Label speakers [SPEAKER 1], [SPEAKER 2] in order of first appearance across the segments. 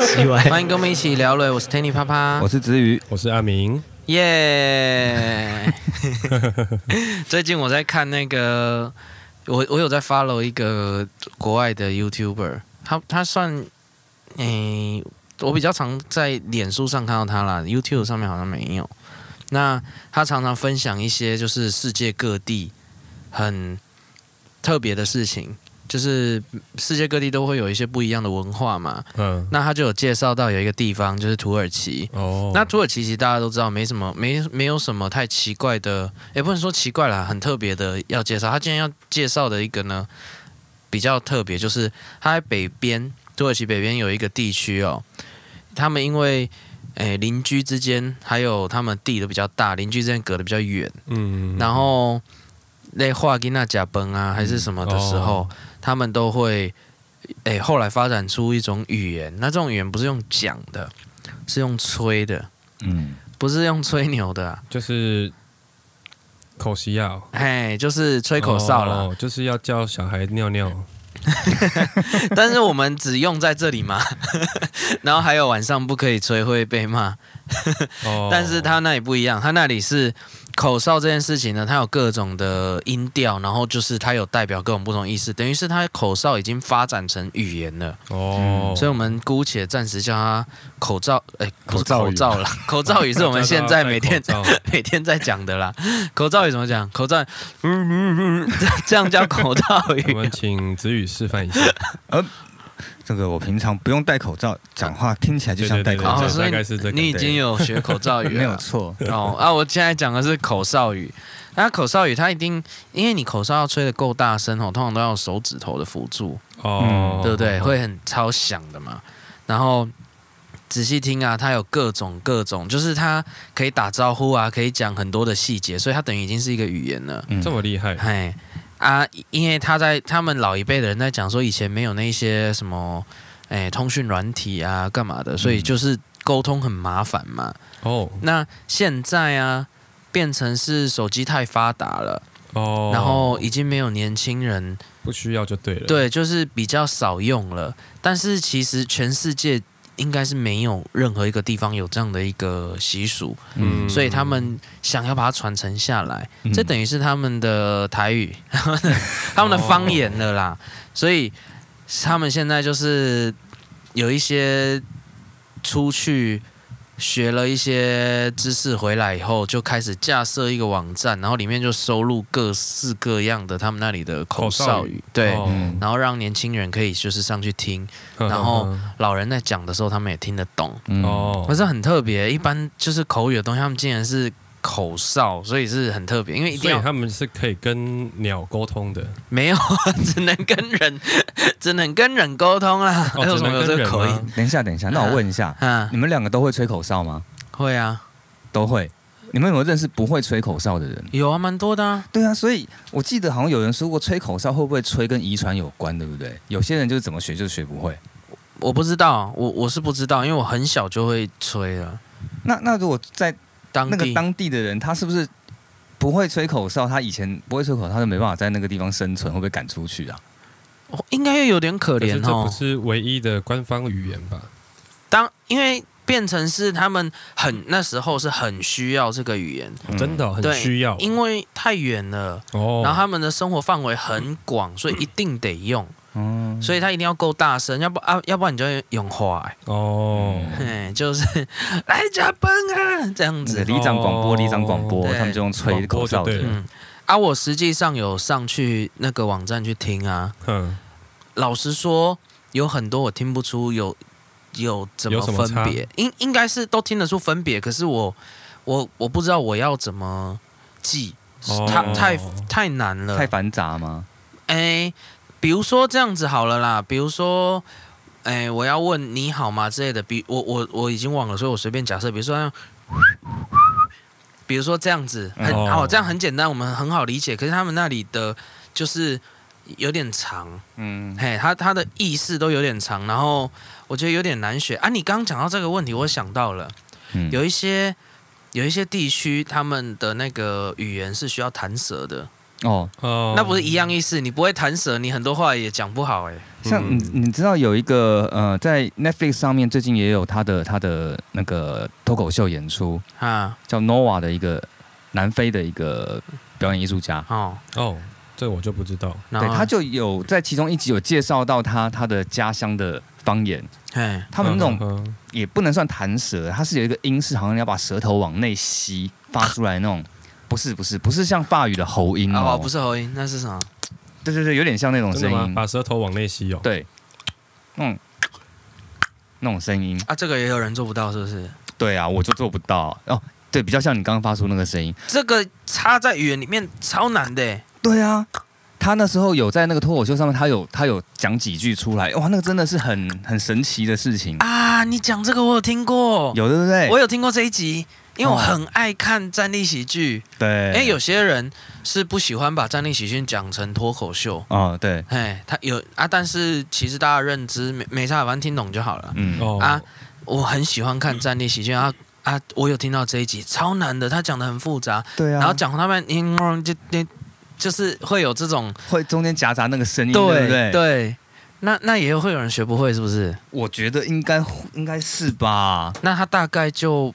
[SPEAKER 1] 奇怪，
[SPEAKER 2] 欢迎跟我们一起聊了，我是 Tanny 啪啪
[SPEAKER 3] 我，是子瑜，
[SPEAKER 4] 我是阿明，
[SPEAKER 2] 耶！最近我在看那个，我我有在 follow 一个国外的 YouTuber，他他算，诶、我比较常在脸书上看到他啦，YouTube 上面好像没有。那他常常分享一些就是世界各地很特别的事情，就是世界各地都会有一些不一样的文化嘛。
[SPEAKER 4] 嗯，
[SPEAKER 2] 那他就有介绍到有一个地方就是土耳其，
[SPEAKER 4] 哦，
[SPEAKER 2] 那土耳其其实大家都知道，没什么，没没有什么太奇怪的，也不能说奇怪啦，很特别的要介绍。他今天要介绍的一个呢，比较特别，就是它在北边，土耳其北边有一个地区哦，他们因为诶邻居之间还有他们地都比较大，邻居之间隔得比较远，
[SPEAKER 4] 嗯，
[SPEAKER 2] 然后在画吉纳贾崩啊还是什么的时候，
[SPEAKER 4] 哦
[SPEAKER 2] 他们都会，哎、后来发展出一种语言，那这种语言不是用讲的，是用吹的，
[SPEAKER 3] 嗯，
[SPEAKER 2] 不是用吹牛的、啊，
[SPEAKER 4] 就是口吸药，
[SPEAKER 2] 嘿，就是吹口哨啦。
[SPEAKER 4] 哦，就是要叫小孩尿尿，
[SPEAKER 2] 但是我们只用在这里嘛， 然后还有晚上不可以吹，会被骂。
[SPEAKER 4] 哦，
[SPEAKER 2] 但是他那里不一样，他那里是口哨这件事情呢，它有各种的音调，然后就是它有代表各种不同意思，等于是它口哨已经发展成语言了，
[SPEAKER 4] 哦，
[SPEAKER 2] 嗯所以我们姑且暂时叫它口罩，哎、不是口
[SPEAKER 3] 口罩
[SPEAKER 2] 罩
[SPEAKER 3] 语
[SPEAKER 2] 啦，口罩语是我们现在每天
[SPEAKER 4] 口罩
[SPEAKER 2] 每天在讲的啦。口罩语怎么讲？口罩，嗯嗯嗯，这样叫口罩
[SPEAKER 4] 我
[SPEAKER 2] 语
[SPEAKER 4] 们。请子宇示 范一下，
[SPEAKER 3] 这个我平常不用戴口罩，讲话听起来就像戴口
[SPEAKER 2] 然
[SPEAKER 4] 对
[SPEAKER 2] 后
[SPEAKER 4] 对对，
[SPEAKER 2] 哦
[SPEAKER 3] 罩
[SPEAKER 2] 所以
[SPEAKER 4] 大概是这个
[SPEAKER 2] 你已经有学口罩语了，
[SPEAKER 3] 没有错。
[SPEAKER 2] 哦，啊，我现在讲的是口哨语。那口哨语它一定，因为你口哨要吹得够大声哦，通常都要有手指头的辅助，
[SPEAKER 4] 哦，
[SPEAKER 2] 嗯对不对？会很超响的嘛。然后仔细听啊，它有各种各种，就是它可以打招呼啊，可以讲很多的细节，所以它等于已经是一个语言了。
[SPEAKER 3] 嗯
[SPEAKER 4] 啊这么厉害，
[SPEAKER 2] 哎，啊，因为他在他们老一辈的人在讲说，以前没有那些什么，哎，通讯软体啊，干嘛
[SPEAKER 4] 嗯
[SPEAKER 2] 的，所以就是沟通很麻烦嘛。
[SPEAKER 4] 哦
[SPEAKER 2] 那现在啊，变成是手机太发达了，
[SPEAKER 4] 哦，
[SPEAKER 2] 然后已经没有年轻人
[SPEAKER 4] 不需要就对了，，
[SPEAKER 2] 对，就是比较少用了。但是其实全世界应该是没有任何一个地方有这样的一个习俗，
[SPEAKER 4] 嗯
[SPEAKER 2] 所以他们想要把它传承下来，
[SPEAKER 3] 嗯
[SPEAKER 2] 这等于是他们的台语， 他们的他们的方言了啦。所以他们现在就是有一些出去学了一些知识回来以后，就开始架设一个网站，然后里面就收录各式各样的他们那里的口
[SPEAKER 4] 口哨
[SPEAKER 2] 哨
[SPEAKER 4] 语
[SPEAKER 2] 语，对。
[SPEAKER 4] 哦
[SPEAKER 3] 嗯
[SPEAKER 2] 然后让年轻人可以就是上去听，然后老人在讲的时候他们也听得懂，
[SPEAKER 3] 嗯，
[SPEAKER 4] 嗯哦
[SPEAKER 2] 可，是很特别，一般就是口语的东西，他们竟然是口哨，所以是很特别，因为一定
[SPEAKER 4] 所以
[SPEAKER 2] 要
[SPEAKER 4] 他们是可以跟鸟沟通的，
[SPEAKER 2] 没有， 只能跟人， 只能跟人沟通啦。
[SPEAKER 4] 哦
[SPEAKER 2] 还有
[SPEAKER 4] 只
[SPEAKER 2] 什么
[SPEAKER 4] 能
[SPEAKER 2] 有这
[SPEAKER 4] 跟
[SPEAKER 2] 个
[SPEAKER 4] 人
[SPEAKER 2] 口
[SPEAKER 4] 吗
[SPEAKER 2] 音？
[SPEAKER 3] 等一下，等一下，那我问一下，
[SPEAKER 2] 啊，
[SPEAKER 3] 你们两个都会吹口哨吗？
[SPEAKER 2] 会啊，
[SPEAKER 3] 都会。你们有没有认识不会吹口哨的人？
[SPEAKER 2] 有啊，蛮多的啊。
[SPEAKER 3] 对啊，所以我记得好像有人说过，吹口哨会不会吹跟遗传有关，对不对？有些人就是怎么学就学不会。
[SPEAKER 2] 我不知道，我我是不知道，因为我很小就会吹了。
[SPEAKER 3] 那那如果在
[SPEAKER 2] 当
[SPEAKER 3] 那
[SPEAKER 2] 地
[SPEAKER 3] 个当地的人，他是不是不会吹口哨？他以前不会吹口哨，他就没办法在那个地方生存，会被赶出去啊？
[SPEAKER 2] 哦应该又有点可
[SPEAKER 4] 可是
[SPEAKER 2] 怜
[SPEAKER 4] 这不
[SPEAKER 2] 哦。
[SPEAKER 4] 是唯一的官方语言吧？
[SPEAKER 2] 当因为变成是他们很那时候是很需要这个语言，
[SPEAKER 3] 嗯
[SPEAKER 4] 真的哦很
[SPEAKER 2] 对
[SPEAKER 4] 需要
[SPEAKER 2] 因为太远了，
[SPEAKER 4] 哦，
[SPEAKER 2] 然后他们的生活范围很广，所以一定得用。
[SPEAKER 3] 嗯，
[SPEAKER 2] 所以他一定要够大声，要不啊，要不然你就会用花、欸，
[SPEAKER 4] 哦，
[SPEAKER 2] 哎，就是来加班啊这样
[SPEAKER 3] 那
[SPEAKER 2] 子
[SPEAKER 3] 个。里长广播，
[SPEAKER 4] 哦
[SPEAKER 3] 里长广播，
[SPEAKER 2] 对
[SPEAKER 3] 他们就用吹口哨
[SPEAKER 4] 广播就对
[SPEAKER 3] 的
[SPEAKER 4] 了。
[SPEAKER 2] 嗯，啊，我实际上有上去那个网站去听啊。
[SPEAKER 4] 哼，
[SPEAKER 2] 老实说，有很多我听不出有有怎么
[SPEAKER 4] 有什么
[SPEAKER 2] 分别，应应该是都听得出分别，可是我我我不知道我要怎么记，
[SPEAKER 4] 哦
[SPEAKER 2] 太太太难了，
[SPEAKER 3] 太繁杂吗？
[SPEAKER 2] 哎，比如说这样子好了啦，比如说，哎，我要问你好吗之类的，比我我我已经忘了，所以我随便假设，比如说像，比如说这样子，很
[SPEAKER 4] 哦
[SPEAKER 2] 哦这样很简单，我们很好理解。可是他们那里的就是有点长，
[SPEAKER 3] 嗯，
[SPEAKER 2] 嘿，他他的意思都有点长，然后我觉得有点难学啊。你刚刚讲到这个问题，我想到了，
[SPEAKER 3] 嗯
[SPEAKER 2] 有一些有一些地区他们的那个语言是需要弹舌的。
[SPEAKER 3] 哦，
[SPEAKER 4] 哦，
[SPEAKER 2] 那不是一样意思。你不会弹舌，你很多话也讲不好哎、
[SPEAKER 3] 像你
[SPEAKER 4] 嗯
[SPEAKER 3] 你知道有一个呃，在 Netflix 上面最近也有他的他的那个脱口秀演出，
[SPEAKER 2] 啊
[SPEAKER 3] 叫 Nova 的一个南非的一个表演艺术家，
[SPEAKER 2] 哦，
[SPEAKER 4] 哦，这我就不知道。
[SPEAKER 2] 然
[SPEAKER 3] 对，
[SPEAKER 2] 后
[SPEAKER 3] 他就有在其中一集有介绍到他他的家乡的方言，
[SPEAKER 2] 嘿
[SPEAKER 3] 他们那种
[SPEAKER 4] 种
[SPEAKER 3] 也不能算弹舌，它是有一个音是好像你要把舌头往内吸发出来那种，不是不是不是像法语的喉音哦，
[SPEAKER 2] 哦不是
[SPEAKER 3] 是，
[SPEAKER 2] 喉音，那是什么？
[SPEAKER 3] 对对对，有点像那种
[SPEAKER 4] 真
[SPEAKER 3] 声
[SPEAKER 4] 的吗？
[SPEAKER 3] 音，
[SPEAKER 4] 把舌头往内吸哦。
[SPEAKER 3] 对，嗯，那种声音，
[SPEAKER 2] 啊，这个也有人做不到，是不是？
[SPEAKER 3] 对啊，我就做不到哦，对，比较像你刚刚发出那个声音，
[SPEAKER 2] 这个插在语言里面超难的、欸，
[SPEAKER 3] 对啊。他那时候有在那个脱口秀上面，他有他有讲几句出来，哇，那个真的是很很神奇的事情，
[SPEAKER 2] 啊！你讲这个我有听过，
[SPEAKER 3] 有哎对不对？
[SPEAKER 2] 我有听过这一集，因为我很爱看站立喜剧。
[SPEAKER 3] 对，
[SPEAKER 2] 因为有些人是不喜欢把站立喜剧讲成脱口秀，
[SPEAKER 3] 哦，对，
[SPEAKER 2] 哎，他有啊，但是其实大家认知没没差，反正听懂就好了。
[SPEAKER 3] 嗯，
[SPEAKER 4] 哦
[SPEAKER 3] 哦，
[SPEAKER 2] 啊，我很喜欢看站立喜剧啊啊！我有听到这一集超难的，他讲的很复杂，
[SPEAKER 3] 对啊，
[SPEAKER 2] 然后讲他们嗯嗯就就就是会有这种
[SPEAKER 3] 会中间夹杂那个声音，对不对？
[SPEAKER 2] 对，那那也会有人学不会是不是？
[SPEAKER 3] 我觉得应该应该是吧。
[SPEAKER 2] 那他大概就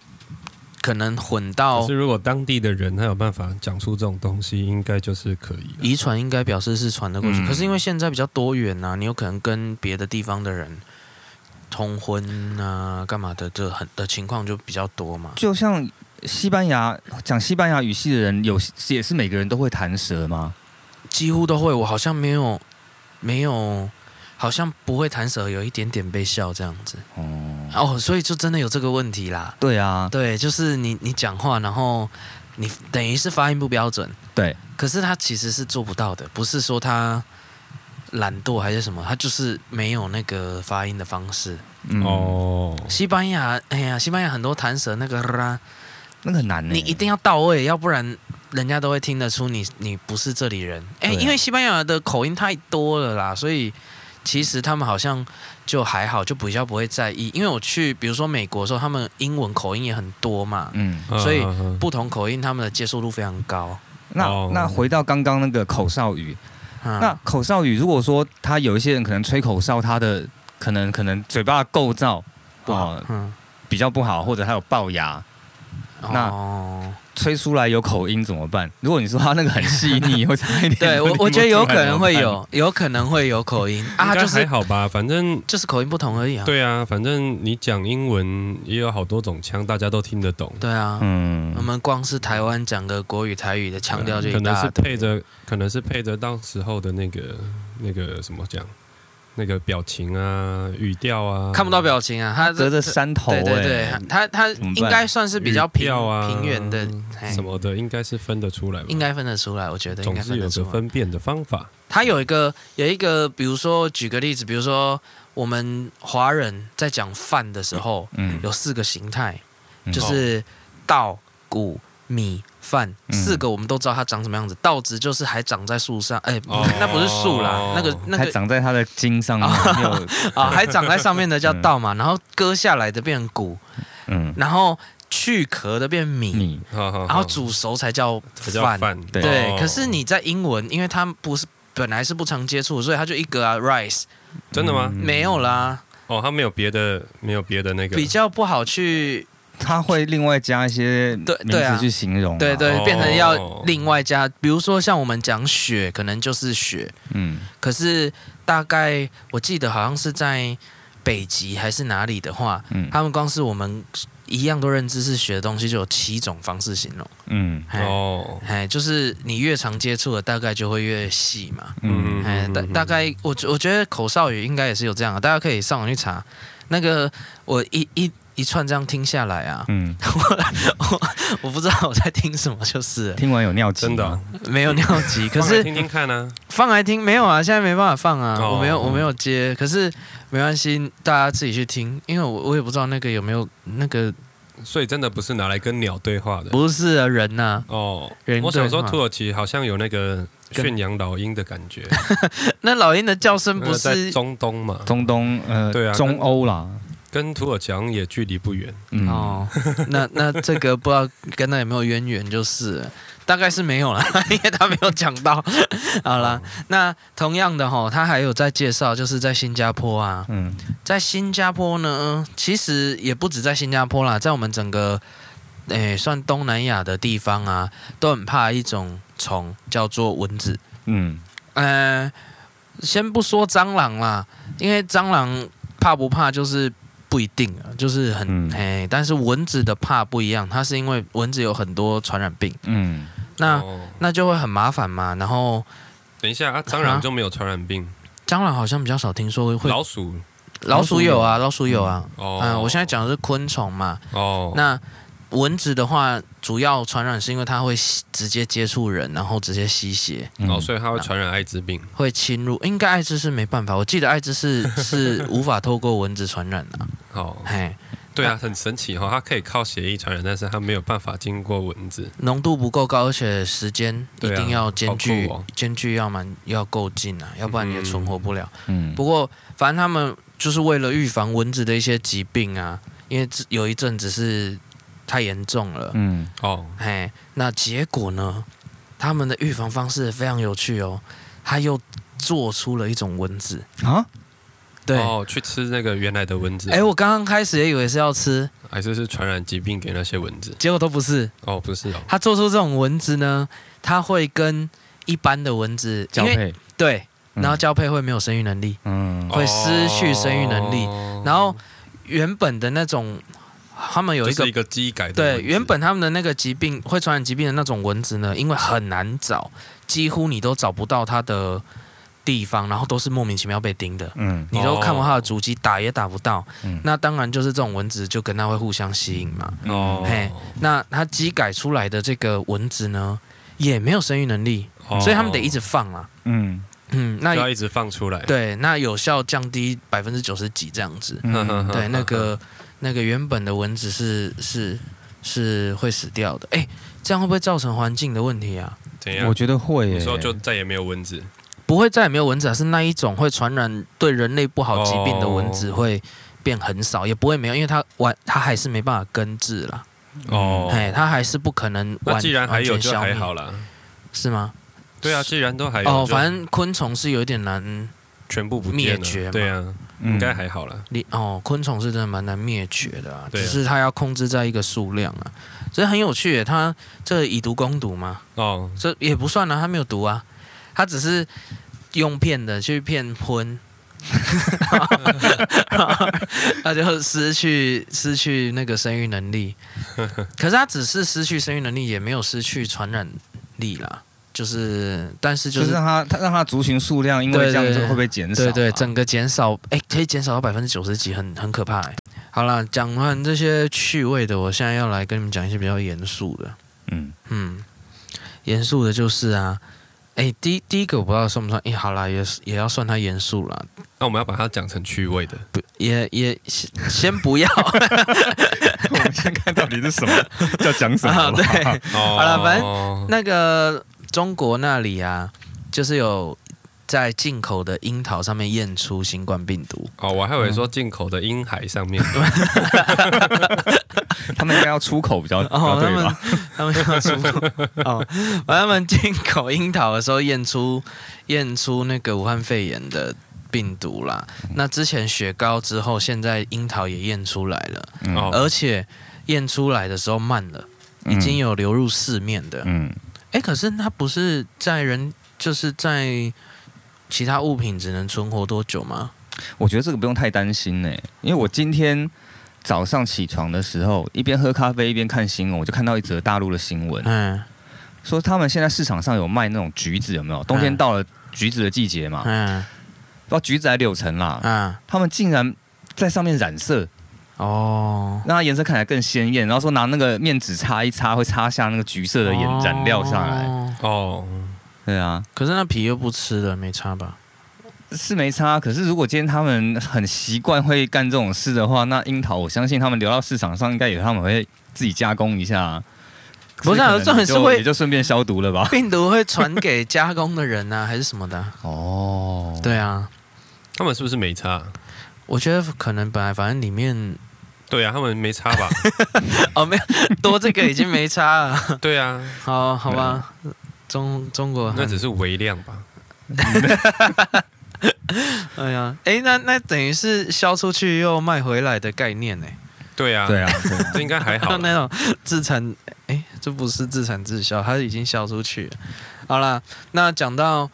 [SPEAKER 2] 可能混
[SPEAKER 4] 可
[SPEAKER 2] 到
[SPEAKER 4] 是如果当地的人他有办法讲出这种东西，应该就是可以了。
[SPEAKER 2] 遗传，应该表示是传得过去。
[SPEAKER 3] 嗯
[SPEAKER 2] 可是因为现在比较多元呐、你有可能跟别的地方的人通婚啊，干嘛的，这很的情况就比较多嘛。
[SPEAKER 3] 就像西班牙讲西班牙语系的人，有也是每个人都会弹舌吗？
[SPEAKER 2] 几乎都会，我好像没有没有，好像不会弹舌，有一点点被笑这样子。
[SPEAKER 3] 哦，
[SPEAKER 2] 哦，所以就真的有这个问题啦。
[SPEAKER 3] 对啊，
[SPEAKER 2] 对，就是你你讲话，然后你等于是发音不标准，
[SPEAKER 3] 对，
[SPEAKER 2] 可是他其实是做不到的，不是说他懒惰还是什么，他就是没有那个发音的方式。
[SPEAKER 3] 嗯、哦，
[SPEAKER 4] 哦，
[SPEAKER 2] 西班牙，哎呀，西班牙很多弹舌那个啦，
[SPEAKER 3] 那个很难呢、
[SPEAKER 2] 你
[SPEAKER 4] 嗯
[SPEAKER 2] 一定要到位，要不然人家都会听得出你你不是这里人。哎、
[SPEAKER 3] 对啊
[SPEAKER 2] 因为西班牙的口音太多了啦，所以其实他们好像就还好，就比较不会在意。因为我去比如说美国的时候，他们英文口音也很多嘛，
[SPEAKER 3] 嗯，
[SPEAKER 2] 所以
[SPEAKER 4] 嗯嗯嗯
[SPEAKER 2] 不同口音他们的接受度非常高。
[SPEAKER 3] 那、
[SPEAKER 4] 哦
[SPEAKER 3] 那回到刚刚那个口哨语，
[SPEAKER 2] 嗯、
[SPEAKER 3] 那口哨语如果说他有一些人可能吹口哨，他的可能可能嘴巴的构造
[SPEAKER 2] 不好
[SPEAKER 3] 哦
[SPEAKER 2] 嗯，
[SPEAKER 3] 比较不好，或者他有龅牙，那
[SPEAKER 2] 哦、
[SPEAKER 3] 吹出来有口音怎么办？如果你说他那个很细腻，会差一点，
[SPEAKER 2] 对我我觉得有可能会，有，有可能会有 口音啊，
[SPEAKER 4] 嗯应该
[SPEAKER 2] 就
[SPEAKER 4] 还
[SPEAKER 2] 是
[SPEAKER 4] 好吧，反正。
[SPEAKER 2] 就是口音不同而已啊。
[SPEAKER 4] 对啊，反正你讲英文也有好多种腔，大家都听得懂。
[SPEAKER 2] 对啊，
[SPEAKER 3] 嗯
[SPEAKER 2] 我，们光是台湾讲个国语、台语的腔调就
[SPEAKER 4] 可
[SPEAKER 2] 一
[SPEAKER 4] 能
[SPEAKER 2] 大
[SPEAKER 4] 是
[SPEAKER 2] 堆
[SPEAKER 4] 配着，可能是配着当时候的那个那个什么讲，那个表情啊、语调啊，
[SPEAKER 2] 看不到表情啊，他这
[SPEAKER 3] 隔嗯着山头、
[SPEAKER 2] 对
[SPEAKER 3] 欸，
[SPEAKER 2] 对对，他他
[SPEAKER 3] 怎么办
[SPEAKER 2] 应该算是比较
[SPEAKER 4] 语
[SPEAKER 2] 平
[SPEAKER 4] 调啊
[SPEAKER 2] 平原的，嘿
[SPEAKER 4] 什么的，应该是分得出来吧。
[SPEAKER 2] 应该分得出来，我觉得应
[SPEAKER 4] 总
[SPEAKER 2] 该
[SPEAKER 4] 是
[SPEAKER 2] 分
[SPEAKER 4] 有
[SPEAKER 2] 得出
[SPEAKER 4] 个
[SPEAKER 2] 来。
[SPEAKER 4] 分辨的方法。
[SPEAKER 2] 他有一个有一个，比如说举个例子，比如说我们华人在讲饭的时候，
[SPEAKER 3] 嗯
[SPEAKER 2] 有四个形态，
[SPEAKER 3] 嗯
[SPEAKER 2] 就是稻、谷、米、饭
[SPEAKER 3] 嗯
[SPEAKER 2] 四个，我们都知道它长什么样子。稻子就是还长在树上，哎，不
[SPEAKER 4] 哦
[SPEAKER 2] 那不是树啦，那个那
[SPEAKER 3] 还
[SPEAKER 2] 个哦
[SPEAKER 3] 长在他的茎上面，没 有
[SPEAKER 2] 啊，还长在上面的
[SPEAKER 4] 嗯
[SPEAKER 2] 叫稻嘛，然后割下来的变成谷，
[SPEAKER 3] 嗯
[SPEAKER 2] 然后去壳的变米，
[SPEAKER 3] 米，
[SPEAKER 4] 好好
[SPEAKER 2] 然后煮熟才叫
[SPEAKER 4] 哦才叫
[SPEAKER 2] 饭。
[SPEAKER 4] 饭，
[SPEAKER 3] 对
[SPEAKER 2] 对
[SPEAKER 4] 哦，
[SPEAKER 2] 可是你在英文，因为它不是本来是不常接触，所以它就一个啊，rice
[SPEAKER 4] 真的吗？
[SPEAKER 3] 嗯
[SPEAKER 2] 没有啦，
[SPEAKER 4] 哦，他没有别的，没有别的那个
[SPEAKER 2] 比较不好去，
[SPEAKER 3] 他会另外加一些
[SPEAKER 2] 对
[SPEAKER 3] 名
[SPEAKER 2] 对啊
[SPEAKER 3] 词去形容、
[SPEAKER 2] 对，对，
[SPEAKER 4] 哦
[SPEAKER 2] 变成要另外加，比如说像我们讲雪，可能就是雪，
[SPEAKER 3] 嗯，
[SPEAKER 2] 可是大概我记得好像是在北极还是哪里的话，
[SPEAKER 3] 嗯
[SPEAKER 2] 他们光是我们一样都认知是学的东西，就有七种方式形容。
[SPEAKER 3] 嗯
[SPEAKER 2] 哎、
[SPEAKER 4] 哦，
[SPEAKER 2] 哎，就是你越常接触的，大概就会越细嘛。
[SPEAKER 4] 嗯
[SPEAKER 3] 嗯
[SPEAKER 2] 哎，大大概我觉我觉得口哨语应该也是有这样的，啊大家可以上网去查。那个我一一一串这样听下来啊，
[SPEAKER 3] 嗯，
[SPEAKER 4] 嗯
[SPEAKER 2] 我不知道我在听什么，就是了
[SPEAKER 3] 听完有尿急吗，啊
[SPEAKER 4] 真的哦，
[SPEAKER 2] 没有尿急，可
[SPEAKER 4] 放来
[SPEAKER 2] 是
[SPEAKER 4] 听听看啊，
[SPEAKER 2] 放来听没有啊？现在没办法放啊，
[SPEAKER 4] 哦
[SPEAKER 2] 我没有我没有接，可是没关系，大家自己去听，因为我我也不知道那个有没有那个
[SPEAKER 4] 所以真的不是拿来跟鸟对话的
[SPEAKER 2] 不是啊人呐、
[SPEAKER 4] 哦
[SPEAKER 2] 人。
[SPEAKER 4] 我想说
[SPEAKER 2] 对话
[SPEAKER 4] 土耳其好像有那个
[SPEAKER 2] 跟
[SPEAKER 4] 驯养老鹰的感觉，
[SPEAKER 2] 那老鹰的叫声
[SPEAKER 4] 那 呃
[SPEAKER 2] 不
[SPEAKER 4] 个在
[SPEAKER 2] 是
[SPEAKER 4] 中东嘛，
[SPEAKER 3] 中东呃，
[SPEAKER 4] 对啊
[SPEAKER 3] 中欧啦，
[SPEAKER 4] 跟土耳其好像也距离不远。
[SPEAKER 3] 嗯，
[SPEAKER 2] 哦， 那那这个不知道跟他有没有渊源，就是了大概是没有了， 因为他没有讲到。好啦，那同样的哈、他还有在介绍，就是在新加坡啊，
[SPEAKER 3] 嗯，
[SPEAKER 2] 在新加坡呢，其实也不止在新加坡啦，在我们整个诶算东南亚的地方啊，都很怕一种虫，叫做蚊子。
[SPEAKER 3] 嗯
[SPEAKER 2] 呃，先不说蟑螂啦，因为蟑螂怕不怕就是不一定啊，就是很
[SPEAKER 3] 嗯
[SPEAKER 2] 哎、但是蚊子的怕不一样，它是因为蚊子有很多传染病，
[SPEAKER 3] 嗯，
[SPEAKER 2] 那、
[SPEAKER 4] 哦
[SPEAKER 2] 那就会很麻烦嘛。然后
[SPEAKER 4] 等一下啊，蟑
[SPEAKER 2] 啊
[SPEAKER 4] 螂就没有传染病，
[SPEAKER 2] 蟑螂好像比较少听说 会，
[SPEAKER 4] 老鼠
[SPEAKER 2] 老鼠有啊，老鼠有啊。
[SPEAKER 4] 哦
[SPEAKER 2] 嗯、，我现在讲的是昆虫嘛，
[SPEAKER 4] 哦，
[SPEAKER 2] 那。蚊子的话，主要传染是因为它会吸直接接触人，然后直接吸血，
[SPEAKER 3] 嗯
[SPEAKER 4] 哦，所以它
[SPEAKER 2] 啊
[SPEAKER 4] 会传染艾滋病。
[SPEAKER 2] 会侵入。应该艾滋是没办法，我记得艾滋是是无法透过蚊子传染的、啊。
[SPEAKER 4] 哦，
[SPEAKER 2] 哎，
[SPEAKER 4] 对啊，很神奇哈、哦，它可以靠血液传染，但是它没有办法经过蚊子。
[SPEAKER 2] 浓度不够高，而且时间一
[SPEAKER 4] 对啊
[SPEAKER 2] 定要间距，
[SPEAKER 4] 好酷哦
[SPEAKER 2] 间距要蛮要够近啊，要不然也存活不了。
[SPEAKER 3] 嗯
[SPEAKER 2] 不过，反正他们就是为了预防蚊子的一些疾病啊，因为这有一阵子是太严重了，
[SPEAKER 3] 嗯
[SPEAKER 4] 哦，
[SPEAKER 2] 哎、那结果呢，他们的预防方式非常有趣哦，他又做出了一种蚊子，
[SPEAKER 3] 啊，
[SPEAKER 2] 对。
[SPEAKER 4] 哦，去吃那个原来的蚊子，
[SPEAKER 2] 哎、我刚刚开始也以为是要吃，
[SPEAKER 4] 还是是传染疾病给那些蚊子？
[SPEAKER 2] 结果都不是。
[SPEAKER 4] 哦，不是哦，
[SPEAKER 2] 他做出这种蚊子呢，它会跟一般的蚊子
[SPEAKER 3] 交，
[SPEAKER 2] 因为
[SPEAKER 3] 配，
[SPEAKER 2] 对，
[SPEAKER 3] 嗯
[SPEAKER 2] 然后交配会没有生育能力，
[SPEAKER 3] 嗯
[SPEAKER 2] 会失去生育能力
[SPEAKER 4] 哦
[SPEAKER 2] 然后原本的那种，他们有一
[SPEAKER 4] 就
[SPEAKER 2] 个
[SPEAKER 4] 是一个基改的蚊
[SPEAKER 2] 对
[SPEAKER 4] 子
[SPEAKER 2] 原本他们的那个疾病会传染疾病的那种蚊子呢，因为很难找，几乎你都找不到它的地方，然后都是莫名其妙被叮的。
[SPEAKER 3] 嗯
[SPEAKER 2] 你都看不到它的
[SPEAKER 4] 哦
[SPEAKER 2] 足迹，打也打不到，
[SPEAKER 3] 嗯
[SPEAKER 2] 那当然就是这种蚊子就跟它会互相吸引嘛。
[SPEAKER 4] 哦
[SPEAKER 3] 嗯
[SPEAKER 2] 嘿，那它机改出来的这个蚊子呢，也没有生育能力，
[SPEAKER 4] 哦
[SPEAKER 2] 所以他们得一直放啊。
[SPEAKER 3] 嗯
[SPEAKER 2] 嗯，
[SPEAKER 4] 就要
[SPEAKER 2] 那
[SPEAKER 4] 一直放出来。
[SPEAKER 2] 对，那有效降低百分之九十几这样子。
[SPEAKER 4] 呵
[SPEAKER 3] 嗯
[SPEAKER 4] 呵呵，
[SPEAKER 2] 对，那个那个原本的蚊子是是是会死掉的。哎，这样会不会造成环境的问题啊？
[SPEAKER 4] 怎样
[SPEAKER 3] 我？觉得会耶，
[SPEAKER 4] 你说就再也没有蚊子，
[SPEAKER 2] 不会再也没有蚊子啊，是那一种会传染对人类不好疾病的蚊子
[SPEAKER 4] 哦
[SPEAKER 2] 会变很少，也不会没有，因为它完它还是没办法根治啦。
[SPEAKER 4] 哦
[SPEAKER 2] 哎、它还是不可能
[SPEAKER 4] 那
[SPEAKER 2] 完
[SPEAKER 4] 既然还有
[SPEAKER 2] 完全
[SPEAKER 4] 就
[SPEAKER 2] 消
[SPEAKER 4] 还
[SPEAKER 2] 灭
[SPEAKER 4] 好啦。
[SPEAKER 2] 是吗？
[SPEAKER 4] 对啊，既然都还有，
[SPEAKER 2] 哦，
[SPEAKER 4] 就
[SPEAKER 2] 反正昆虫是有一点难
[SPEAKER 4] 全部不见
[SPEAKER 2] 灭绝嘛
[SPEAKER 4] 了。对啊，
[SPEAKER 3] 嗯
[SPEAKER 4] 应该还好啦。
[SPEAKER 2] 你哦，昆虫是真的蛮难灭绝的啊，
[SPEAKER 4] 对啊
[SPEAKER 2] 只是它要控制在一个数量啊，所以很有趣耶。它这以毒攻毒嘛，
[SPEAKER 4] 哦，
[SPEAKER 2] 这也不算啊，它没有毒啊，它只是用骗的去骗 荤，它就失去失去那个生育能力。可是它只是失去生育能力，也没有失去传染力啦。就是，但是
[SPEAKER 3] 就
[SPEAKER 2] 就是是
[SPEAKER 3] 让它它让它族群数量因为
[SPEAKER 2] 对
[SPEAKER 3] 这样
[SPEAKER 2] 对
[SPEAKER 3] 子会被减少啊，
[SPEAKER 2] 对对，整个减少，哎，可以减少到百分之九十几，很很可怕哎。好啦，讲完这些趣味的，我现在要来跟你们讲一些比较严肃的。
[SPEAKER 3] 嗯
[SPEAKER 2] 嗯，严肃的就是啊，哎，第一第一个我不知道算不算，哎，好啦，也是也要算它严肃啦，
[SPEAKER 4] 那我们要把它讲成趣味的。
[SPEAKER 2] 不也也先先不 要
[SPEAKER 3] 我们先看到底是什么， 要讲什
[SPEAKER 2] 啊，
[SPEAKER 3] 么吧。
[SPEAKER 2] 对，
[SPEAKER 4] 哦
[SPEAKER 2] 好啦反
[SPEAKER 4] 正
[SPEAKER 2] 那个中国那里啊，就是有在进口的樱桃上面验出新冠病毒。
[SPEAKER 4] 哦，我还以为说进口的婴孩上面，
[SPEAKER 3] 他们应该要出口比较比较
[SPEAKER 2] 哦，他
[SPEAKER 3] 啊对吧？
[SPEAKER 2] 们他们要出口哦，反正他们进口樱桃的时候验出验出那个武汉肺炎的病毒啦。那之前雪糕之后，现在樱桃也验出来了，
[SPEAKER 3] 嗯
[SPEAKER 4] 哦
[SPEAKER 2] 而且验出来的时候慢了，已经有流入市面的。
[SPEAKER 3] 嗯
[SPEAKER 2] 哎、可是它不是在人就是在其他物品只能存活多久吗？
[SPEAKER 3] 我觉得这个不用太担心呢、欸因为我今天早上起床的时候，一边喝咖啡一边看新闻，我就看到一则大陆的新闻，
[SPEAKER 2] 嗯
[SPEAKER 3] 说他们现在市场上有卖那种橘子，有没有？冬天到了橘子的季节嘛，
[SPEAKER 2] 嗯
[SPEAKER 3] 到橘子还柳橙啦，
[SPEAKER 2] 嗯，
[SPEAKER 3] 他们竟然在上面染色，
[SPEAKER 2] 哦，
[SPEAKER 3] 让它颜色看起来更鲜艳，然后说拿那个面纸擦一擦，会擦下那个橘色的颜染料上来。
[SPEAKER 2] 哦
[SPEAKER 4] 哦，
[SPEAKER 3] 对啊，
[SPEAKER 2] 可是那皮又不吃了，没差吧？
[SPEAKER 3] 是没差。可是如果今天他们很习惯会干这种事的话，那樱桃我相信他们流到市场上，应该也他们会自己加工一下啊。
[SPEAKER 2] 不是啊
[SPEAKER 3] 所以可
[SPEAKER 2] 重点
[SPEAKER 3] 能也
[SPEAKER 2] 是
[SPEAKER 3] 就
[SPEAKER 2] 会
[SPEAKER 3] 也就顺便消毒了吧？
[SPEAKER 2] 病毒会传给加工的人啊，还是什么的啊？
[SPEAKER 3] 哦，
[SPEAKER 2] 对啊，
[SPEAKER 4] 他们是不是没差？
[SPEAKER 2] 我觉得可能本来反正里面
[SPEAKER 4] 对啊，他们没 差吧？
[SPEAKER 2] 哦没有多这个已经没差了，
[SPEAKER 4] 对啊，
[SPEAKER 2] 好好吧，
[SPEAKER 3] 啊
[SPEAKER 2] 中中国
[SPEAKER 4] 那只是微量吧？
[SPEAKER 2] 哎呀，哎那那等于是销出去又卖回来的概念呢，
[SPEAKER 4] 对啊，
[SPEAKER 3] 对啊，
[SPEAKER 4] 这应该还好啦。
[SPEAKER 2] 像 那种自产，哎，这不是自产自销，它已经销出去了。好啦，那讲到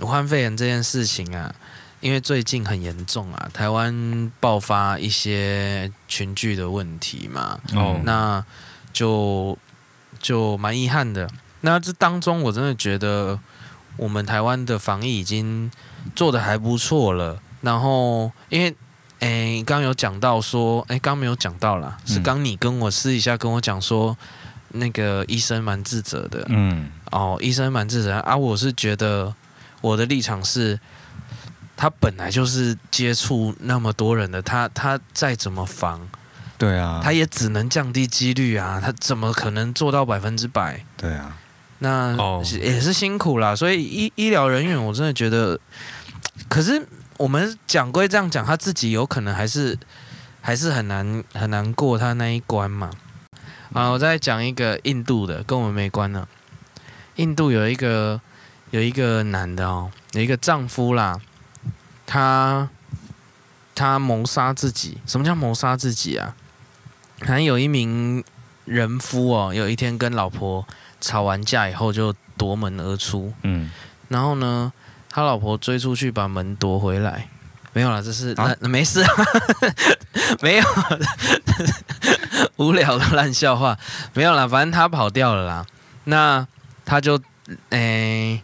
[SPEAKER 2] 武汉肺炎这件事情啊，因为最近很严重啊，台湾爆发一些群聚的问题嘛，
[SPEAKER 4] 哦
[SPEAKER 3] 嗯
[SPEAKER 2] 那就就蛮遗憾的。那这当中，我真的觉得我们台湾的防疫已经做的还不错了。然后，因为诶，刚有讲到说，诶，刚没有讲到啦，是
[SPEAKER 3] 嗯
[SPEAKER 2] 刚你跟我私底下跟我讲说，那个医生蛮自责的。
[SPEAKER 3] 嗯
[SPEAKER 2] 哦，医生蛮自责啊。我是觉得我的立场是，他本来就是接触那么多人的，他他再怎么防。
[SPEAKER 3] 对啊，
[SPEAKER 2] 他也只能降低几率啊，他怎么可能做到百分之百？
[SPEAKER 3] 对啊，
[SPEAKER 2] 那
[SPEAKER 4] 哦
[SPEAKER 2] 是也是辛苦啦，所以医医疗人员我真的觉得，可是我们讲归这样讲，他自己有可能还是还是很难很难过他那一关嘛。啊，我再讲一个印度的，跟我们没关了。印度有一个有一个男的哦，有一个丈夫啦，他他谋杀自己。什么叫谋杀自己啊？好像有一名人夫哦，有一天跟老婆吵完架以后就夺门而出，
[SPEAKER 3] 嗯，
[SPEAKER 2] 然后呢，他老婆追出去把门夺回来。没有啦，这是那、
[SPEAKER 3] 啊
[SPEAKER 2] 那没事、啊， 没有 无聊的烂笑话，没有啦，反正他跑掉了啦。那他就诶、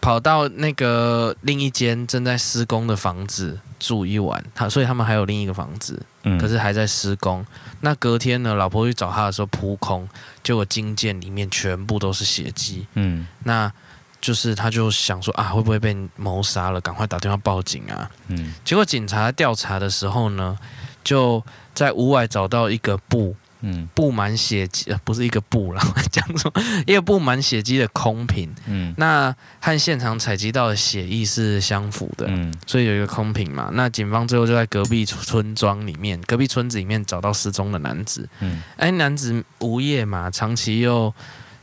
[SPEAKER 2] 跑到那个另一间正在施工的房子住一晚，他所以他们还有另一个房子。
[SPEAKER 3] 嗯
[SPEAKER 2] 可是还在施工。那隔天呢，老婆去找他的时候扑空，结果金件里面全部都是血迹。
[SPEAKER 3] 嗯
[SPEAKER 2] 那就是他就想说啊，会不会被谋杀了？赶快打电话报警啊！
[SPEAKER 3] 嗯
[SPEAKER 2] 结果警察调查的时候呢，就在屋外找到一个布
[SPEAKER 3] 嗯
[SPEAKER 2] 布满血迹，呃不是一个布啦， 我讲错，一个布满血迹的空瓶。
[SPEAKER 3] 嗯
[SPEAKER 2] 那和现场采集到的血迹是相符的。
[SPEAKER 3] 嗯
[SPEAKER 2] 所以有一个空瓶嘛。那警方最后就在隔壁村庄里面，隔壁村子里面找到失踪的男子。
[SPEAKER 3] 嗯
[SPEAKER 2] 哎，男子无业嘛，长期又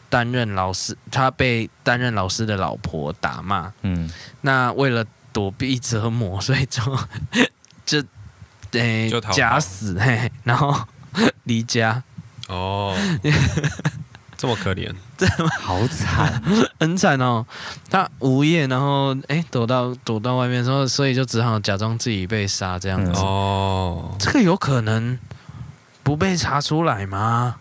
[SPEAKER 2] 担任老师，他被担任老师的老婆打骂。
[SPEAKER 3] 嗯，
[SPEAKER 2] 那为了躲避折磨，所以就就 诶、
[SPEAKER 4] 就逃跑
[SPEAKER 2] 假死，嘿嘿，然后离家，
[SPEAKER 4] 哦，这么 可怜，
[SPEAKER 3] 好惨，
[SPEAKER 2] 很惨哦。他无业，然后诶、躲到躲到外面之后，所以就只好假装自己被杀这样子。
[SPEAKER 3] 嗯
[SPEAKER 4] 哦，
[SPEAKER 2] 这个有可能不被查出来吗？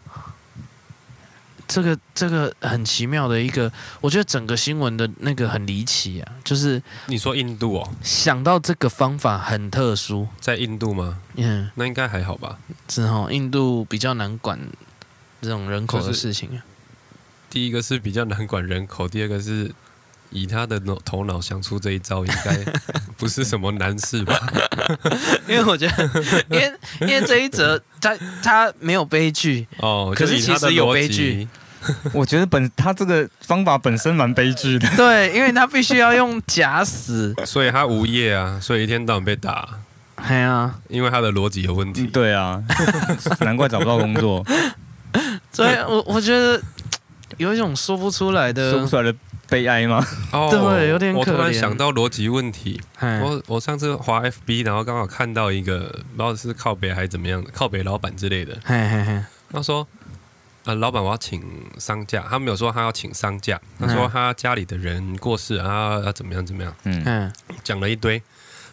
[SPEAKER 2] 这个这个很奇妙的一个，我觉得整个新闻的那个很离奇啊，就是
[SPEAKER 4] 你说印度哦，
[SPEAKER 2] 想到这个方法很特殊，
[SPEAKER 4] 在印度吗？
[SPEAKER 2] 嗯，
[SPEAKER 4] 那应该还好吧。
[SPEAKER 2] 是哦，印度比较难管这种人口的事情啊，
[SPEAKER 4] 第一个是比较难管人口，第二个是以他的脑头脑想出这一招，应 该不是什么难事吧？
[SPEAKER 2] 因为我觉得， 因为因为这一则他他没有悲剧，
[SPEAKER 4] 哦，
[SPEAKER 2] 可
[SPEAKER 4] 就
[SPEAKER 2] 是
[SPEAKER 4] 以他的
[SPEAKER 2] 其实有
[SPEAKER 4] 逻辑
[SPEAKER 2] 悲剧，
[SPEAKER 3] 我觉得本他这个方法本身蛮悲剧的，
[SPEAKER 2] 对，因为他必须要用假死，
[SPEAKER 4] 所以他无业啊，所以一天到晚被打，
[SPEAKER 2] 哎呀、
[SPEAKER 4] 因为他的逻辑有问题。
[SPEAKER 2] 嗯
[SPEAKER 3] 对啊， 难怪找不到工 作，
[SPEAKER 2] 所以我我觉得有一种说不出来的，
[SPEAKER 3] 说不出来的悲哀吗？
[SPEAKER 4] 哦
[SPEAKER 2] 对有点
[SPEAKER 4] 我突
[SPEAKER 2] 可
[SPEAKER 4] 然
[SPEAKER 2] 怜
[SPEAKER 4] 想到逻辑问题，
[SPEAKER 2] 哎
[SPEAKER 4] 我我上次滑 FB，然后刚好看到一个不知道是靠北还是怎么样的，靠北老板之类的，
[SPEAKER 2] 嘿嘿嘿，
[SPEAKER 4] 他说。啊，老板，我要请丧假。他没有说他要请丧假，他说
[SPEAKER 2] 嗯
[SPEAKER 4] 他家里的人过世啊，要怎么样怎么样，
[SPEAKER 3] 嗯
[SPEAKER 2] 嗯，
[SPEAKER 4] 讲了一堆。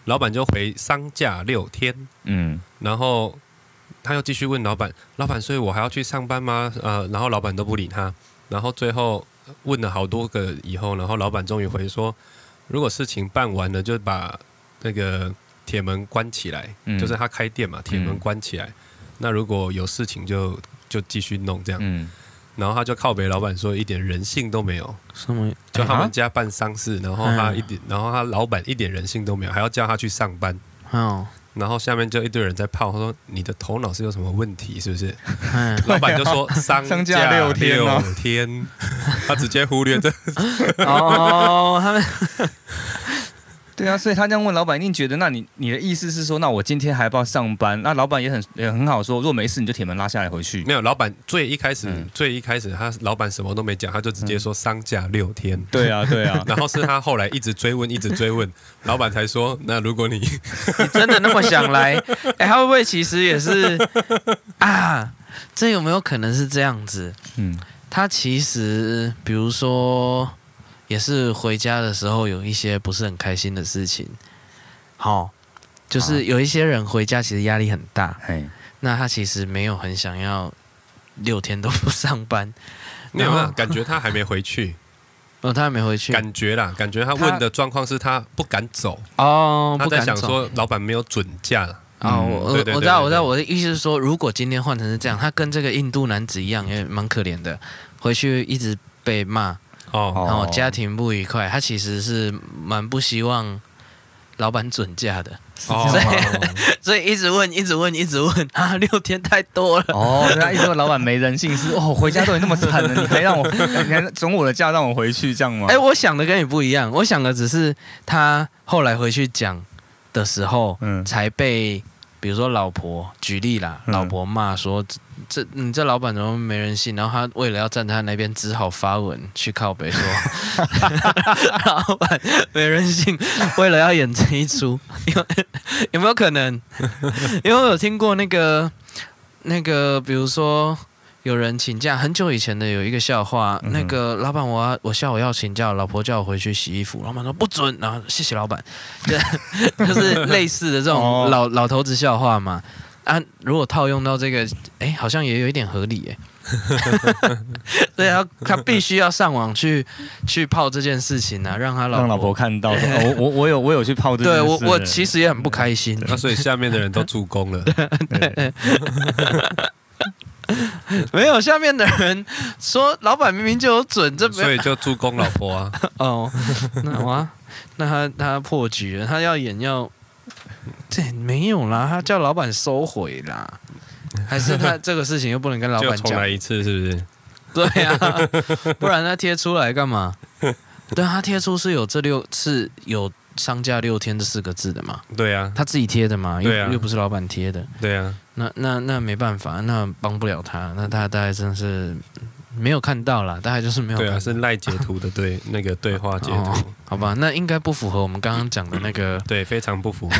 [SPEAKER 4] 老板就回丧假六天，
[SPEAKER 3] 嗯
[SPEAKER 4] 然后他又继续问老板：“老板，所以我还要去上班吗？”呃，然后老板都不理他，然后最后问了好多个以后，然后老板终于回说：“如果事情办完了，就把那个铁门关起来，
[SPEAKER 3] 嗯
[SPEAKER 4] 就是他开店嘛，铁门关起来。那如果有事情就就继续弄这样。
[SPEAKER 3] 嗯，
[SPEAKER 4] 然后他就靠北老板说一点人性都没有，
[SPEAKER 2] 什么？
[SPEAKER 4] 就他
[SPEAKER 3] 哎
[SPEAKER 4] 们
[SPEAKER 3] 啊嗯
[SPEAKER 4] 家办丧事，然后他一点，然后他老板一点人性都没有，还要叫他去上班。
[SPEAKER 2] 哦，
[SPEAKER 4] 然后下面就一堆人在泡，他说你的头脑是有什么问题是不 是？
[SPEAKER 2] 哎，
[SPEAKER 4] 老板就说商
[SPEAKER 3] 商
[SPEAKER 4] 假
[SPEAKER 3] 假
[SPEAKER 4] 六
[SPEAKER 3] 六天啊
[SPEAKER 4] 天 他直接忽略这，
[SPEAKER 2] 哦，他们
[SPEAKER 3] 对啊，所以他这样问老板，一定觉得，那你你的意思是说，那我今天还要不要上班？那老板也很也很好说，如果没事你就铁门拉下来回去。
[SPEAKER 4] 没有，老板最一开始、
[SPEAKER 3] 嗯
[SPEAKER 4] 最一开始，他老板什么都没讲，他就直接说丧假六天。
[SPEAKER 3] 对啊，对
[SPEAKER 4] ，
[SPEAKER 3] 啊
[SPEAKER 4] 然后是他后来一直追问，一直追 问，老板才说：“那如果你
[SPEAKER 2] 你真的那么想 来？哎、他会不会其实也是 啊？这有没有可能是这样子？
[SPEAKER 3] 嗯，
[SPEAKER 2] 他其实比如说，也是回家的时候有一些不是很开心的事情，好、就是有一些人回家其实压力很大，
[SPEAKER 3] 嘿，
[SPEAKER 2] 那他其实没有很想要六天都不上班，
[SPEAKER 4] 你 有没
[SPEAKER 2] 然
[SPEAKER 4] 有
[SPEAKER 2] 后
[SPEAKER 4] 感觉他还没回 去？
[SPEAKER 2] 哦，他还没回去，
[SPEAKER 4] 感觉啦，感觉他
[SPEAKER 3] 他
[SPEAKER 4] 问的状况是他不敢走，
[SPEAKER 2] 哦，
[SPEAKER 4] 他
[SPEAKER 2] 不
[SPEAKER 4] 在
[SPEAKER 2] 敢
[SPEAKER 4] 想
[SPEAKER 2] 走
[SPEAKER 4] 说老板没有准假，
[SPEAKER 2] 啊，
[SPEAKER 3] 嗯
[SPEAKER 2] 我我
[SPEAKER 4] 对对
[SPEAKER 2] 我知
[SPEAKER 4] 对
[SPEAKER 2] 道，
[SPEAKER 4] 对
[SPEAKER 2] 我知
[SPEAKER 4] 对
[SPEAKER 2] 道，我的意思是说，如果今天换成是这样，他跟这个印度男子一样，也蛮可怜的，回去一直被骂，
[SPEAKER 4] 哦，
[SPEAKER 3] 哦
[SPEAKER 2] 然后家庭不愉快，他其实是蛮不希望老板准假的，
[SPEAKER 4] 哦，
[SPEAKER 2] 所以一直问，一直问，一直问 啊，六天太多了，
[SPEAKER 3] 哦，对啊，一直说老板没人性是哦，回家都已经那么惨 了，你还让我，你还总我的假让我回去这样吗？
[SPEAKER 2] 哎，我想的跟你不一样，我想的只是他后来回去讲的时候，
[SPEAKER 3] 嗯，
[SPEAKER 2] 才被比如说老婆举例啦，
[SPEAKER 3] 嗯
[SPEAKER 2] 老婆骂说这这你这老板怎么没人性？然后他为了要站在他那边，只好发文去靠北说 老板没人性，为了要演这一出，有有没有可 能？因为我有听过那个那个，比如说。有人请假，很久以前的有一个笑话，
[SPEAKER 3] 嗯哼
[SPEAKER 2] 那个老板我要啊我下午要请假，老婆叫我回去洗衣服，老板说不准，然后谢谢老板， 对，就是类似的这
[SPEAKER 3] 哦
[SPEAKER 2] 种老、老头子笑话嘛。啊，如果套用到这个，哎，好像也有一点合理哎。 对啊，他必须要上网去去泡这件事情啊，让他老
[SPEAKER 3] 让老婆看到， 说哦我我我有我有去泡这件
[SPEAKER 2] 对
[SPEAKER 3] 事
[SPEAKER 2] 我我
[SPEAKER 3] 了
[SPEAKER 2] 其实也很不开心。
[SPEAKER 4] 那所以下面的人都助攻了，
[SPEAKER 3] 对
[SPEAKER 2] 没有下面的人说，老板明明就有准， 这没
[SPEAKER 4] 所以就助攻老婆啊。
[SPEAKER 2] 哦，那哇， 那他他破局了，他要演要，这没有啦，他叫老板收回啦，还 是他这个事情又不能跟 老
[SPEAKER 4] 就
[SPEAKER 2] 板
[SPEAKER 4] 重
[SPEAKER 2] 讲
[SPEAKER 4] 来？一次，是不是？
[SPEAKER 2] 对啊，不然他贴出来干嘛？对啊，他贴出是有这六是有商家六天这四个字的嘛？
[SPEAKER 4] 对啊，
[SPEAKER 2] 他自己贴的嘛？又、
[SPEAKER 4] 对啊
[SPEAKER 2] 又不是老板贴的，
[SPEAKER 4] 对啊，
[SPEAKER 2] 那那那没办法，那帮不了他，那他大概真是没有看到啦，大概就是没有
[SPEAKER 4] 对
[SPEAKER 2] 看到。
[SPEAKER 4] 啊，是赖截图的对那个对话截
[SPEAKER 2] 哦
[SPEAKER 4] 图，
[SPEAKER 2] 好吧，那应该不符合我们刚刚讲的那 个
[SPEAKER 4] 对，非常不符合。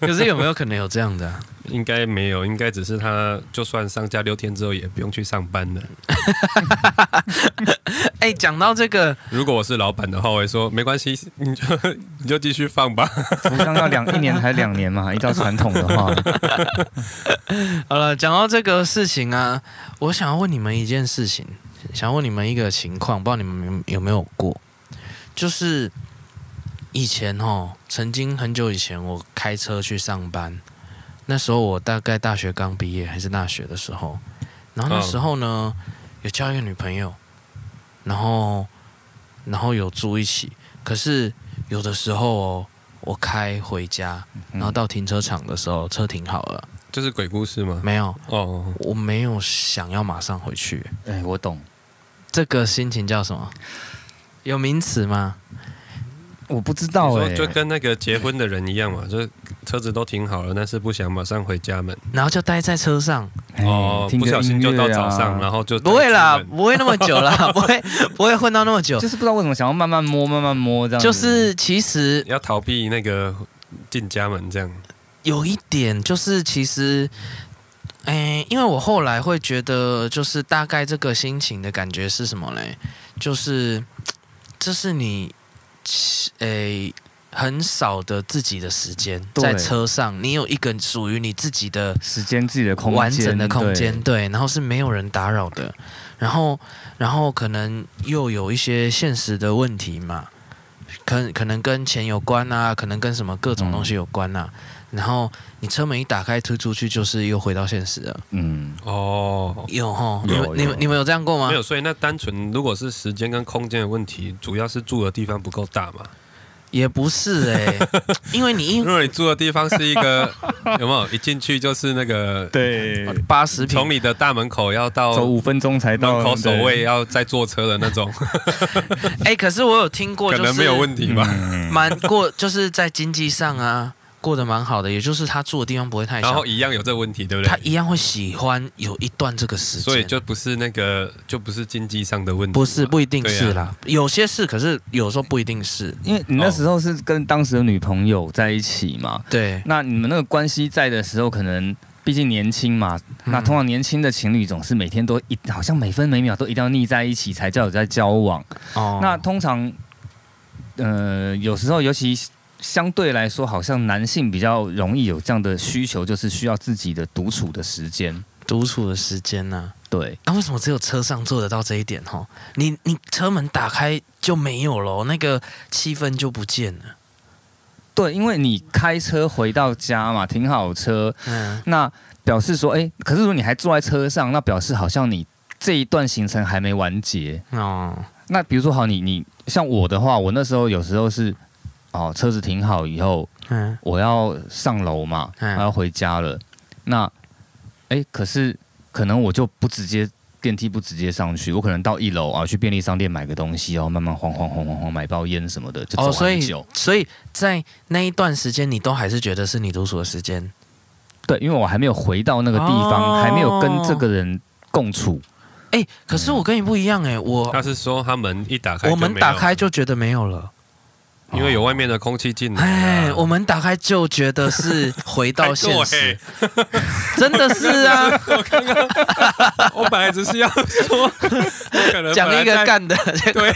[SPEAKER 2] 可是有没有可能有这样的啊、
[SPEAKER 4] 应该没有，应该只是他就算上架六天之后也不用去上班了。
[SPEAKER 2] 哎、讲到这个，
[SPEAKER 4] 如果我是老板的话，我会说没关系，你就 你就继续放吧。
[SPEAKER 3] 福冈要两一年还两年 嘛，依照传统的话，
[SPEAKER 2] 好了，讲到这个事情啊，我想要问你们一件事情，想要问你们一个情况，不知道你们有有没有过，就是以前哦，曾经很久以前，我开车去上班，那时候我大概大学刚毕业还是大学的时候，然后
[SPEAKER 4] 嗯
[SPEAKER 2] 那时候呢，有交一个女朋友，然后然后有住一起，可是有的时候哦，我开回家，然后到停车场的时候，车停好了。
[SPEAKER 4] 这是鬼故事吗？
[SPEAKER 2] 没有，
[SPEAKER 4] 哦，
[SPEAKER 2] 我没有想要马上回去，
[SPEAKER 3] 哎，我懂，
[SPEAKER 2] 这个心情叫什么？有名词吗？
[SPEAKER 3] 我不知
[SPEAKER 2] 哦
[SPEAKER 4] 你
[SPEAKER 3] 道
[SPEAKER 4] 说
[SPEAKER 3] 哎，
[SPEAKER 4] 就跟那个结婚的人一样嘛，就是车子都停好了，但是不想马上回家门，
[SPEAKER 2] 然后就待在车上，
[SPEAKER 3] 哎
[SPEAKER 4] 哦，
[SPEAKER 3] 听
[SPEAKER 4] 不
[SPEAKER 3] 个
[SPEAKER 4] 小心就
[SPEAKER 3] 音
[SPEAKER 4] 到
[SPEAKER 3] 乐
[SPEAKER 4] 早
[SPEAKER 3] 啊
[SPEAKER 4] 上，然后就
[SPEAKER 2] 不会啦，
[SPEAKER 4] 出门
[SPEAKER 2] 不会那么久啦， 不会不会混到那么久
[SPEAKER 3] 啊就，是不知道为什么想要慢慢摸，慢慢摸这样子，
[SPEAKER 2] 就是其实
[SPEAKER 4] 要逃避那个进家门这样。
[SPEAKER 2] 有一点，就是其实，哎，因为我后来会觉得，就是大概这个心情的感觉是什么嘞？就是这是你，哎。很少的自己的时间
[SPEAKER 3] 对
[SPEAKER 2] 在车上，你有一个属于你自己的
[SPEAKER 3] 时间自己的空间，
[SPEAKER 2] 完整的空
[SPEAKER 3] 对
[SPEAKER 2] 间，，对，然后是没有人打扰的，然后然后可能又有一些现实的问题嘛，可可能跟钱有关啊，可能跟什么各种东西有关啊，然后你车门一打开推出去，就是又回到现实了，
[SPEAKER 3] 嗯，
[SPEAKER 4] 哦，
[SPEAKER 2] 有吼，你
[SPEAKER 3] 有
[SPEAKER 2] 们你
[SPEAKER 3] 有
[SPEAKER 2] 们你们有这样过吗
[SPEAKER 4] 没？有，所以那单纯如果是时间跟空间的问题，主要是住的地方不够大嘛。
[SPEAKER 2] 也不是哎、 因为你
[SPEAKER 4] 如
[SPEAKER 2] 因
[SPEAKER 4] 果你住的地方是一 个有没有一进去就是那个，
[SPEAKER 3] 对，嗯
[SPEAKER 2] 八十
[SPEAKER 4] 嗯
[SPEAKER 2] 平
[SPEAKER 4] 从你的大门口要到
[SPEAKER 3] 走五分钟才到
[SPEAKER 4] 门口守
[SPEAKER 3] 对
[SPEAKER 4] 卫，要再坐车的那种，
[SPEAKER 2] 哎、可是 我有听过，
[SPEAKER 4] 可
[SPEAKER 2] 就是
[SPEAKER 4] 能没有问题吧。
[SPEAKER 3] 嗯
[SPEAKER 2] 蛮过， 就是在经济上啊过得蛮好的，也就是他住的地方不会太
[SPEAKER 4] 然
[SPEAKER 2] 小
[SPEAKER 4] 后，一样有这问题，对不
[SPEAKER 2] 他
[SPEAKER 4] 对？
[SPEAKER 2] 一样会喜欢有一段这个时间，
[SPEAKER 4] 所以就不是那个，就不是经济上的问题嘛，
[SPEAKER 2] 不是不一定
[SPEAKER 4] 对啊
[SPEAKER 2] 是啦，有些是，可是有时候不一定是，
[SPEAKER 3] 因为你那时候是跟当时的女朋友在一起嘛，
[SPEAKER 2] 对，
[SPEAKER 3] 那你们那个关系在的时候，可能毕竟年轻嘛，那
[SPEAKER 2] 嗯
[SPEAKER 3] 通常年轻的情侣总是每天都一好像每分每秒都一定要腻在一起才叫有在交往。
[SPEAKER 2] 哦
[SPEAKER 3] 那通常，呃，有时候尤其相对来说，好像男性比较容易有这样的需求，就是需要自己的独处的时间。
[SPEAKER 2] 独处的时间呢、
[SPEAKER 3] 对，
[SPEAKER 2] 那、为什么只有车上做得到这一点？哈，你你车门打开就没有了，那个气氛就不见了。
[SPEAKER 3] 对，因为你开车回到家嘛，停好车，
[SPEAKER 2] 嗯，
[SPEAKER 3] 那表示说，哎、可是如果你还坐在车上，那表示好像你这一段行程还没完结。
[SPEAKER 2] 哦，
[SPEAKER 3] 那比如说，好，你你像我的话，我那时候有时候是，哦，车子停好以后，
[SPEAKER 2] 嗯，
[SPEAKER 3] 我要上楼嘛，我
[SPEAKER 2] 嗯
[SPEAKER 3] 要回家了。那，哎、可是可能我就不直接电梯不直接上去，我可能到一楼啊，去便利商店买个东西，然后慢慢晃晃晃晃晃买包烟什么的，就走
[SPEAKER 2] 哦，所
[SPEAKER 3] 很
[SPEAKER 2] 以
[SPEAKER 3] 久。
[SPEAKER 2] 所以在那一段时间，你都还是觉得是你独处的时间。
[SPEAKER 3] 对，因为我还没有回到那个地方，
[SPEAKER 2] 哦
[SPEAKER 3] 还没有跟这个人共处。
[SPEAKER 2] 哎、可
[SPEAKER 4] 嗯
[SPEAKER 2] 是我跟你不一样哎、我
[SPEAKER 4] 他是说他门一打开，
[SPEAKER 2] 我门打开，就觉得没有了。
[SPEAKER 4] 因为有外面的空气进来啊。
[SPEAKER 2] 哎，我门打开就觉得是回到现
[SPEAKER 4] 哎
[SPEAKER 2] 实，真的是啊，
[SPEAKER 4] 对 我本来只是要说，可能
[SPEAKER 2] 讲
[SPEAKER 4] 本
[SPEAKER 2] 一个
[SPEAKER 4] 来在
[SPEAKER 2] 干的。
[SPEAKER 4] 对，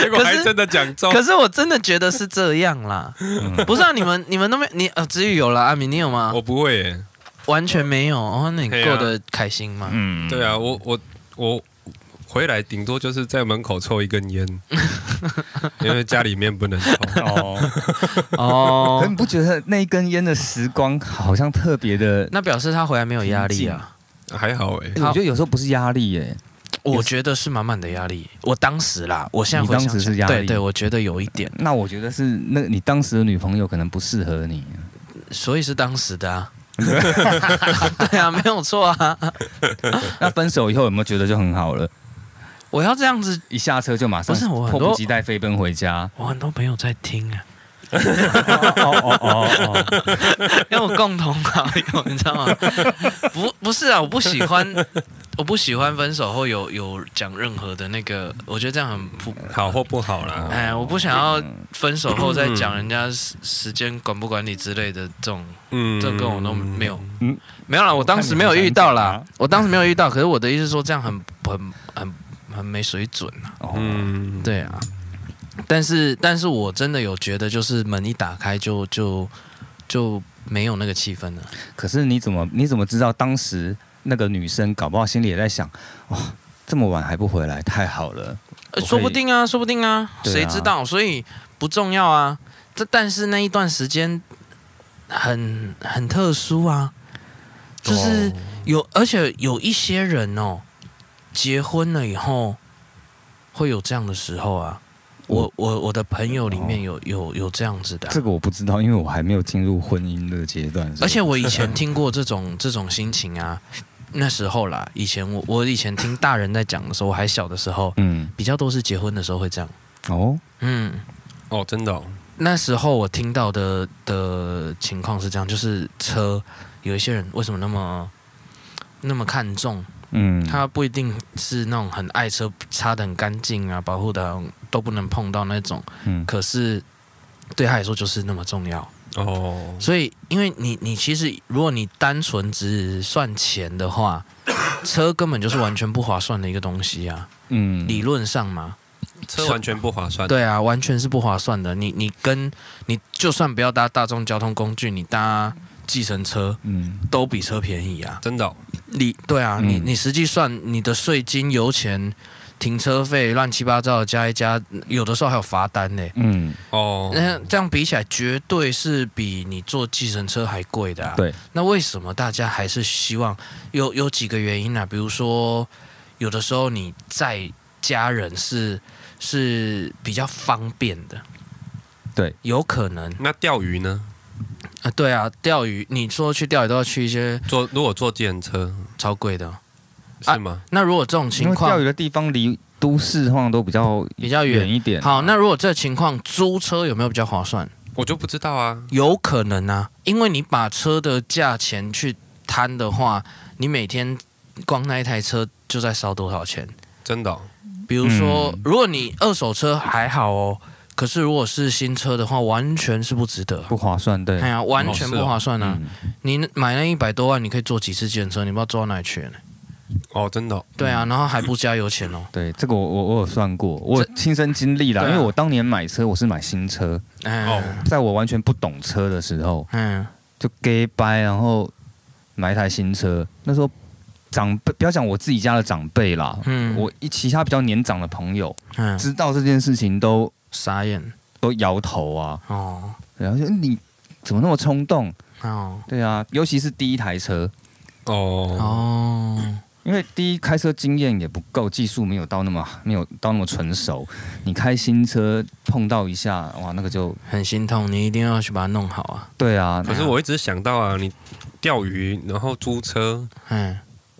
[SPEAKER 4] 结果还真的讲中。
[SPEAKER 2] 可是我真的觉得是这样啦，不是啊？你们你们都没你呃，子宇有啦，阿敏你有吗
[SPEAKER 4] 我？不会耶，
[SPEAKER 2] 完全没有。哦，那你
[SPEAKER 4] 对啊
[SPEAKER 2] 过得开心吗？
[SPEAKER 3] 嗯，
[SPEAKER 4] 对啊，我我我回来顶多就是在门口抽一根 烟，因为家里面不能抽。
[SPEAKER 3] 哦，可是
[SPEAKER 2] 哦
[SPEAKER 3] 你，不觉得那一根烟的时光好像特别的？
[SPEAKER 2] 那表示他回来没有压力啊？
[SPEAKER 4] 还好 哎，
[SPEAKER 3] 诶我觉得有时候不是压力耶，
[SPEAKER 2] 我觉得是满满的压力。我当时啦，我现在
[SPEAKER 3] 你
[SPEAKER 2] 回想
[SPEAKER 3] 当时
[SPEAKER 2] 起来
[SPEAKER 3] 是压
[SPEAKER 2] 对
[SPEAKER 3] 力
[SPEAKER 2] 对，我觉得有一点，
[SPEAKER 3] 那我觉得是那你当时的女朋友可能不适合 你。
[SPEAKER 2] 所以是当时的啊。对啊，没有错啊。
[SPEAKER 3] 那分手以后有没有觉得就很好了？
[SPEAKER 2] 我要这样子，
[SPEAKER 3] 一下车就马上
[SPEAKER 2] 不是我很
[SPEAKER 3] 迫
[SPEAKER 2] 多。
[SPEAKER 3] 不及待飞奔回家
[SPEAKER 2] 我很多朋友在听啊，
[SPEAKER 3] 哦哦哦哦，
[SPEAKER 2] 因为我共同好友，你知道吗？不，不是啊，我不喜欢，我不喜欢分手后有有讲任何的那个，我觉得这样很不，
[SPEAKER 4] 好或不好啦，
[SPEAKER 2] 哎，我不想要分手后再讲人家时时间管不管理之类的这种，
[SPEAKER 4] 嗯，
[SPEAKER 2] 这跟我都没有，
[SPEAKER 3] 嗯
[SPEAKER 2] 没有啦，我当时没有遇到
[SPEAKER 3] 我看你
[SPEAKER 2] 啦
[SPEAKER 3] 很啊想，
[SPEAKER 2] 我当时没有遇到，可是我的意思是说这样很很很很没水准啊，
[SPEAKER 3] 嗯，
[SPEAKER 4] 嗯，
[SPEAKER 2] 对啊，但是但是我真的有觉得，就是门一打开就就就没有那个气氛了。
[SPEAKER 3] 可是你怎么你怎么知道当时那个女生搞不好心里也在想，哇、哦这么晚还不回来，太好了。
[SPEAKER 2] 呃，
[SPEAKER 3] 我会
[SPEAKER 2] 说不定啊，说不定啊，
[SPEAKER 3] 对啊
[SPEAKER 2] 谁知道？所以不重要啊。这但是那一段时间很很特殊啊，
[SPEAKER 3] 哦
[SPEAKER 2] 就是有，而且有一些人哦，结婚了以后会有这样的时候啊。我我我的朋友里面有有有这样子的啊、
[SPEAKER 3] 哦这个我不知道，因为我还没有进入婚姻的阶段。所以
[SPEAKER 2] 而且我以前听过这 种这种心情啊，那时候啦，以前我我以前听大人在讲的时候，我还小的时候，
[SPEAKER 3] 嗯，
[SPEAKER 2] 比较多是结婚的时候会这样。
[SPEAKER 3] 哦，
[SPEAKER 2] 嗯，
[SPEAKER 4] 哦，真的哦，
[SPEAKER 2] 那时候我听到的的情况是这样，就是车有一些人为什么那么那么看重，
[SPEAKER 3] 嗯，
[SPEAKER 2] 他不一定是那种很爱车、擦的很干净啊，保护的都不能碰到那种，
[SPEAKER 3] 嗯，
[SPEAKER 2] 可是对他来说就是那么重要。
[SPEAKER 4] 哦，
[SPEAKER 2] 所以，因为你你其实如果你单纯只算钱的话，车根本就是完全不划算的一个东西啊，
[SPEAKER 3] 嗯，
[SPEAKER 2] 理论上嘛，
[SPEAKER 4] 车完全不划算。
[SPEAKER 2] 对啊，完全是不划算的。你你跟你就算不要搭大众交通工具，你搭计程车
[SPEAKER 3] 嗯，
[SPEAKER 2] 都比车便宜啊。
[SPEAKER 4] 真的哦，
[SPEAKER 2] 你对啊，你
[SPEAKER 3] 嗯
[SPEAKER 2] 你实际算你的税金、油钱、停车费乱七八糟的加一加，有的时候还有罚单呢、
[SPEAKER 3] 嗯，
[SPEAKER 4] 哦
[SPEAKER 2] 那这样比起来，绝对是比你坐计程车还贵的、啊。
[SPEAKER 3] 对，
[SPEAKER 2] 那为什么大家还是希望有有几个原因呢、啊？比如说，有的时候你在家人是是比较方便的，
[SPEAKER 3] 对，
[SPEAKER 2] 有可能啊、
[SPEAKER 4] 那钓鱼呢？
[SPEAKER 2] 呃对啊，钓鱼，你说去钓鱼都要去一些
[SPEAKER 4] 坐如果坐计程车
[SPEAKER 2] 超贵的。啊
[SPEAKER 4] 是吗？
[SPEAKER 2] 那如果这种
[SPEAKER 3] 因
[SPEAKER 2] 情
[SPEAKER 3] 为钓鱼
[SPEAKER 2] 况
[SPEAKER 3] 的地方离都市况都比较
[SPEAKER 2] 比较
[SPEAKER 3] 远
[SPEAKER 2] 远，
[SPEAKER 3] 一点。
[SPEAKER 2] 好，那如果这情况租车有没有比较划算？
[SPEAKER 4] 我就不知道啊。
[SPEAKER 2] 有可能啊，因为你把车的价钱去摊的话，你每天光那一台车就在烧多少钱？
[SPEAKER 4] 真的哦、
[SPEAKER 2] 比如说，
[SPEAKER 3] 嗯
[SPEAKER 2] 如果你二手车还好哦，可是如果是新车的话，完全是不值得。
[SPEAKER 3] 不划算，对
[SPEAKER 2] 哎，呀，完全
[SPEAKER 4] 哦是
[SPEAKER 2] 不
[SPEAKER 4] 哦
[SPEAKER 2] 划算啊！
[SPEAKER 3] 嗯
[SPEAKER 2] 你买那一百多万，你可以坐几次计程车？你不知道坐到哪里去呢？
[SPEAKER 4] 哦，真的哦、
[SPEAKER 2] 对啊，然后还不加油钱哦。
[SPEAKER 3] 对，这个我我我有算过，我有亲身经历啦，
[SPEAKER 2] 对啊
[SPEAKER 3] 因为我当年买车我是买新车，
[SPEAKER 2] 嗯
[SPEAKER 4] 哦
[SPEAKER 3] 在我完全不懂车的时候
[SPEAKER 2] 嗯，
[SPEAKER 3] 就 gay 掰，然后买一台新车，那时候长辈不要讲我自己家的长辈啦，
[SPEAKER 2] 嗯
[SPEAKER 3] 我一其他比较年长的朋友
[SPEAKER 2] 嗯
[SPEAKER 3] 知道这件事情都
[SPEAKER 2] 傻眼
[SPEAKER 3] 都摇头啊，
[SPEAKER 2] 哦
[SPEAKER 3] 然后就嗯你怎么那么冲动？
[SPEAKER 2] 哦
[SPEAKER 3] 对啊，尤其是第一台车，
[SPEAKER 4] 哦，
[SPEAKER 2] 哦，
[SPEAKER 3] 因为第一开车经验也不够，技术没有到那么没有到那么纯熟，你开新车碰到一下，哇，那个就
[SPEAKER 2] 很心痛，你一定要去把它弄好啊。
[SPEAKER 3] 对啊，
[SPEAKER 4] 可是我一直想到啊，你钓鱼然后租车
[SPEAKER 2] 嗯，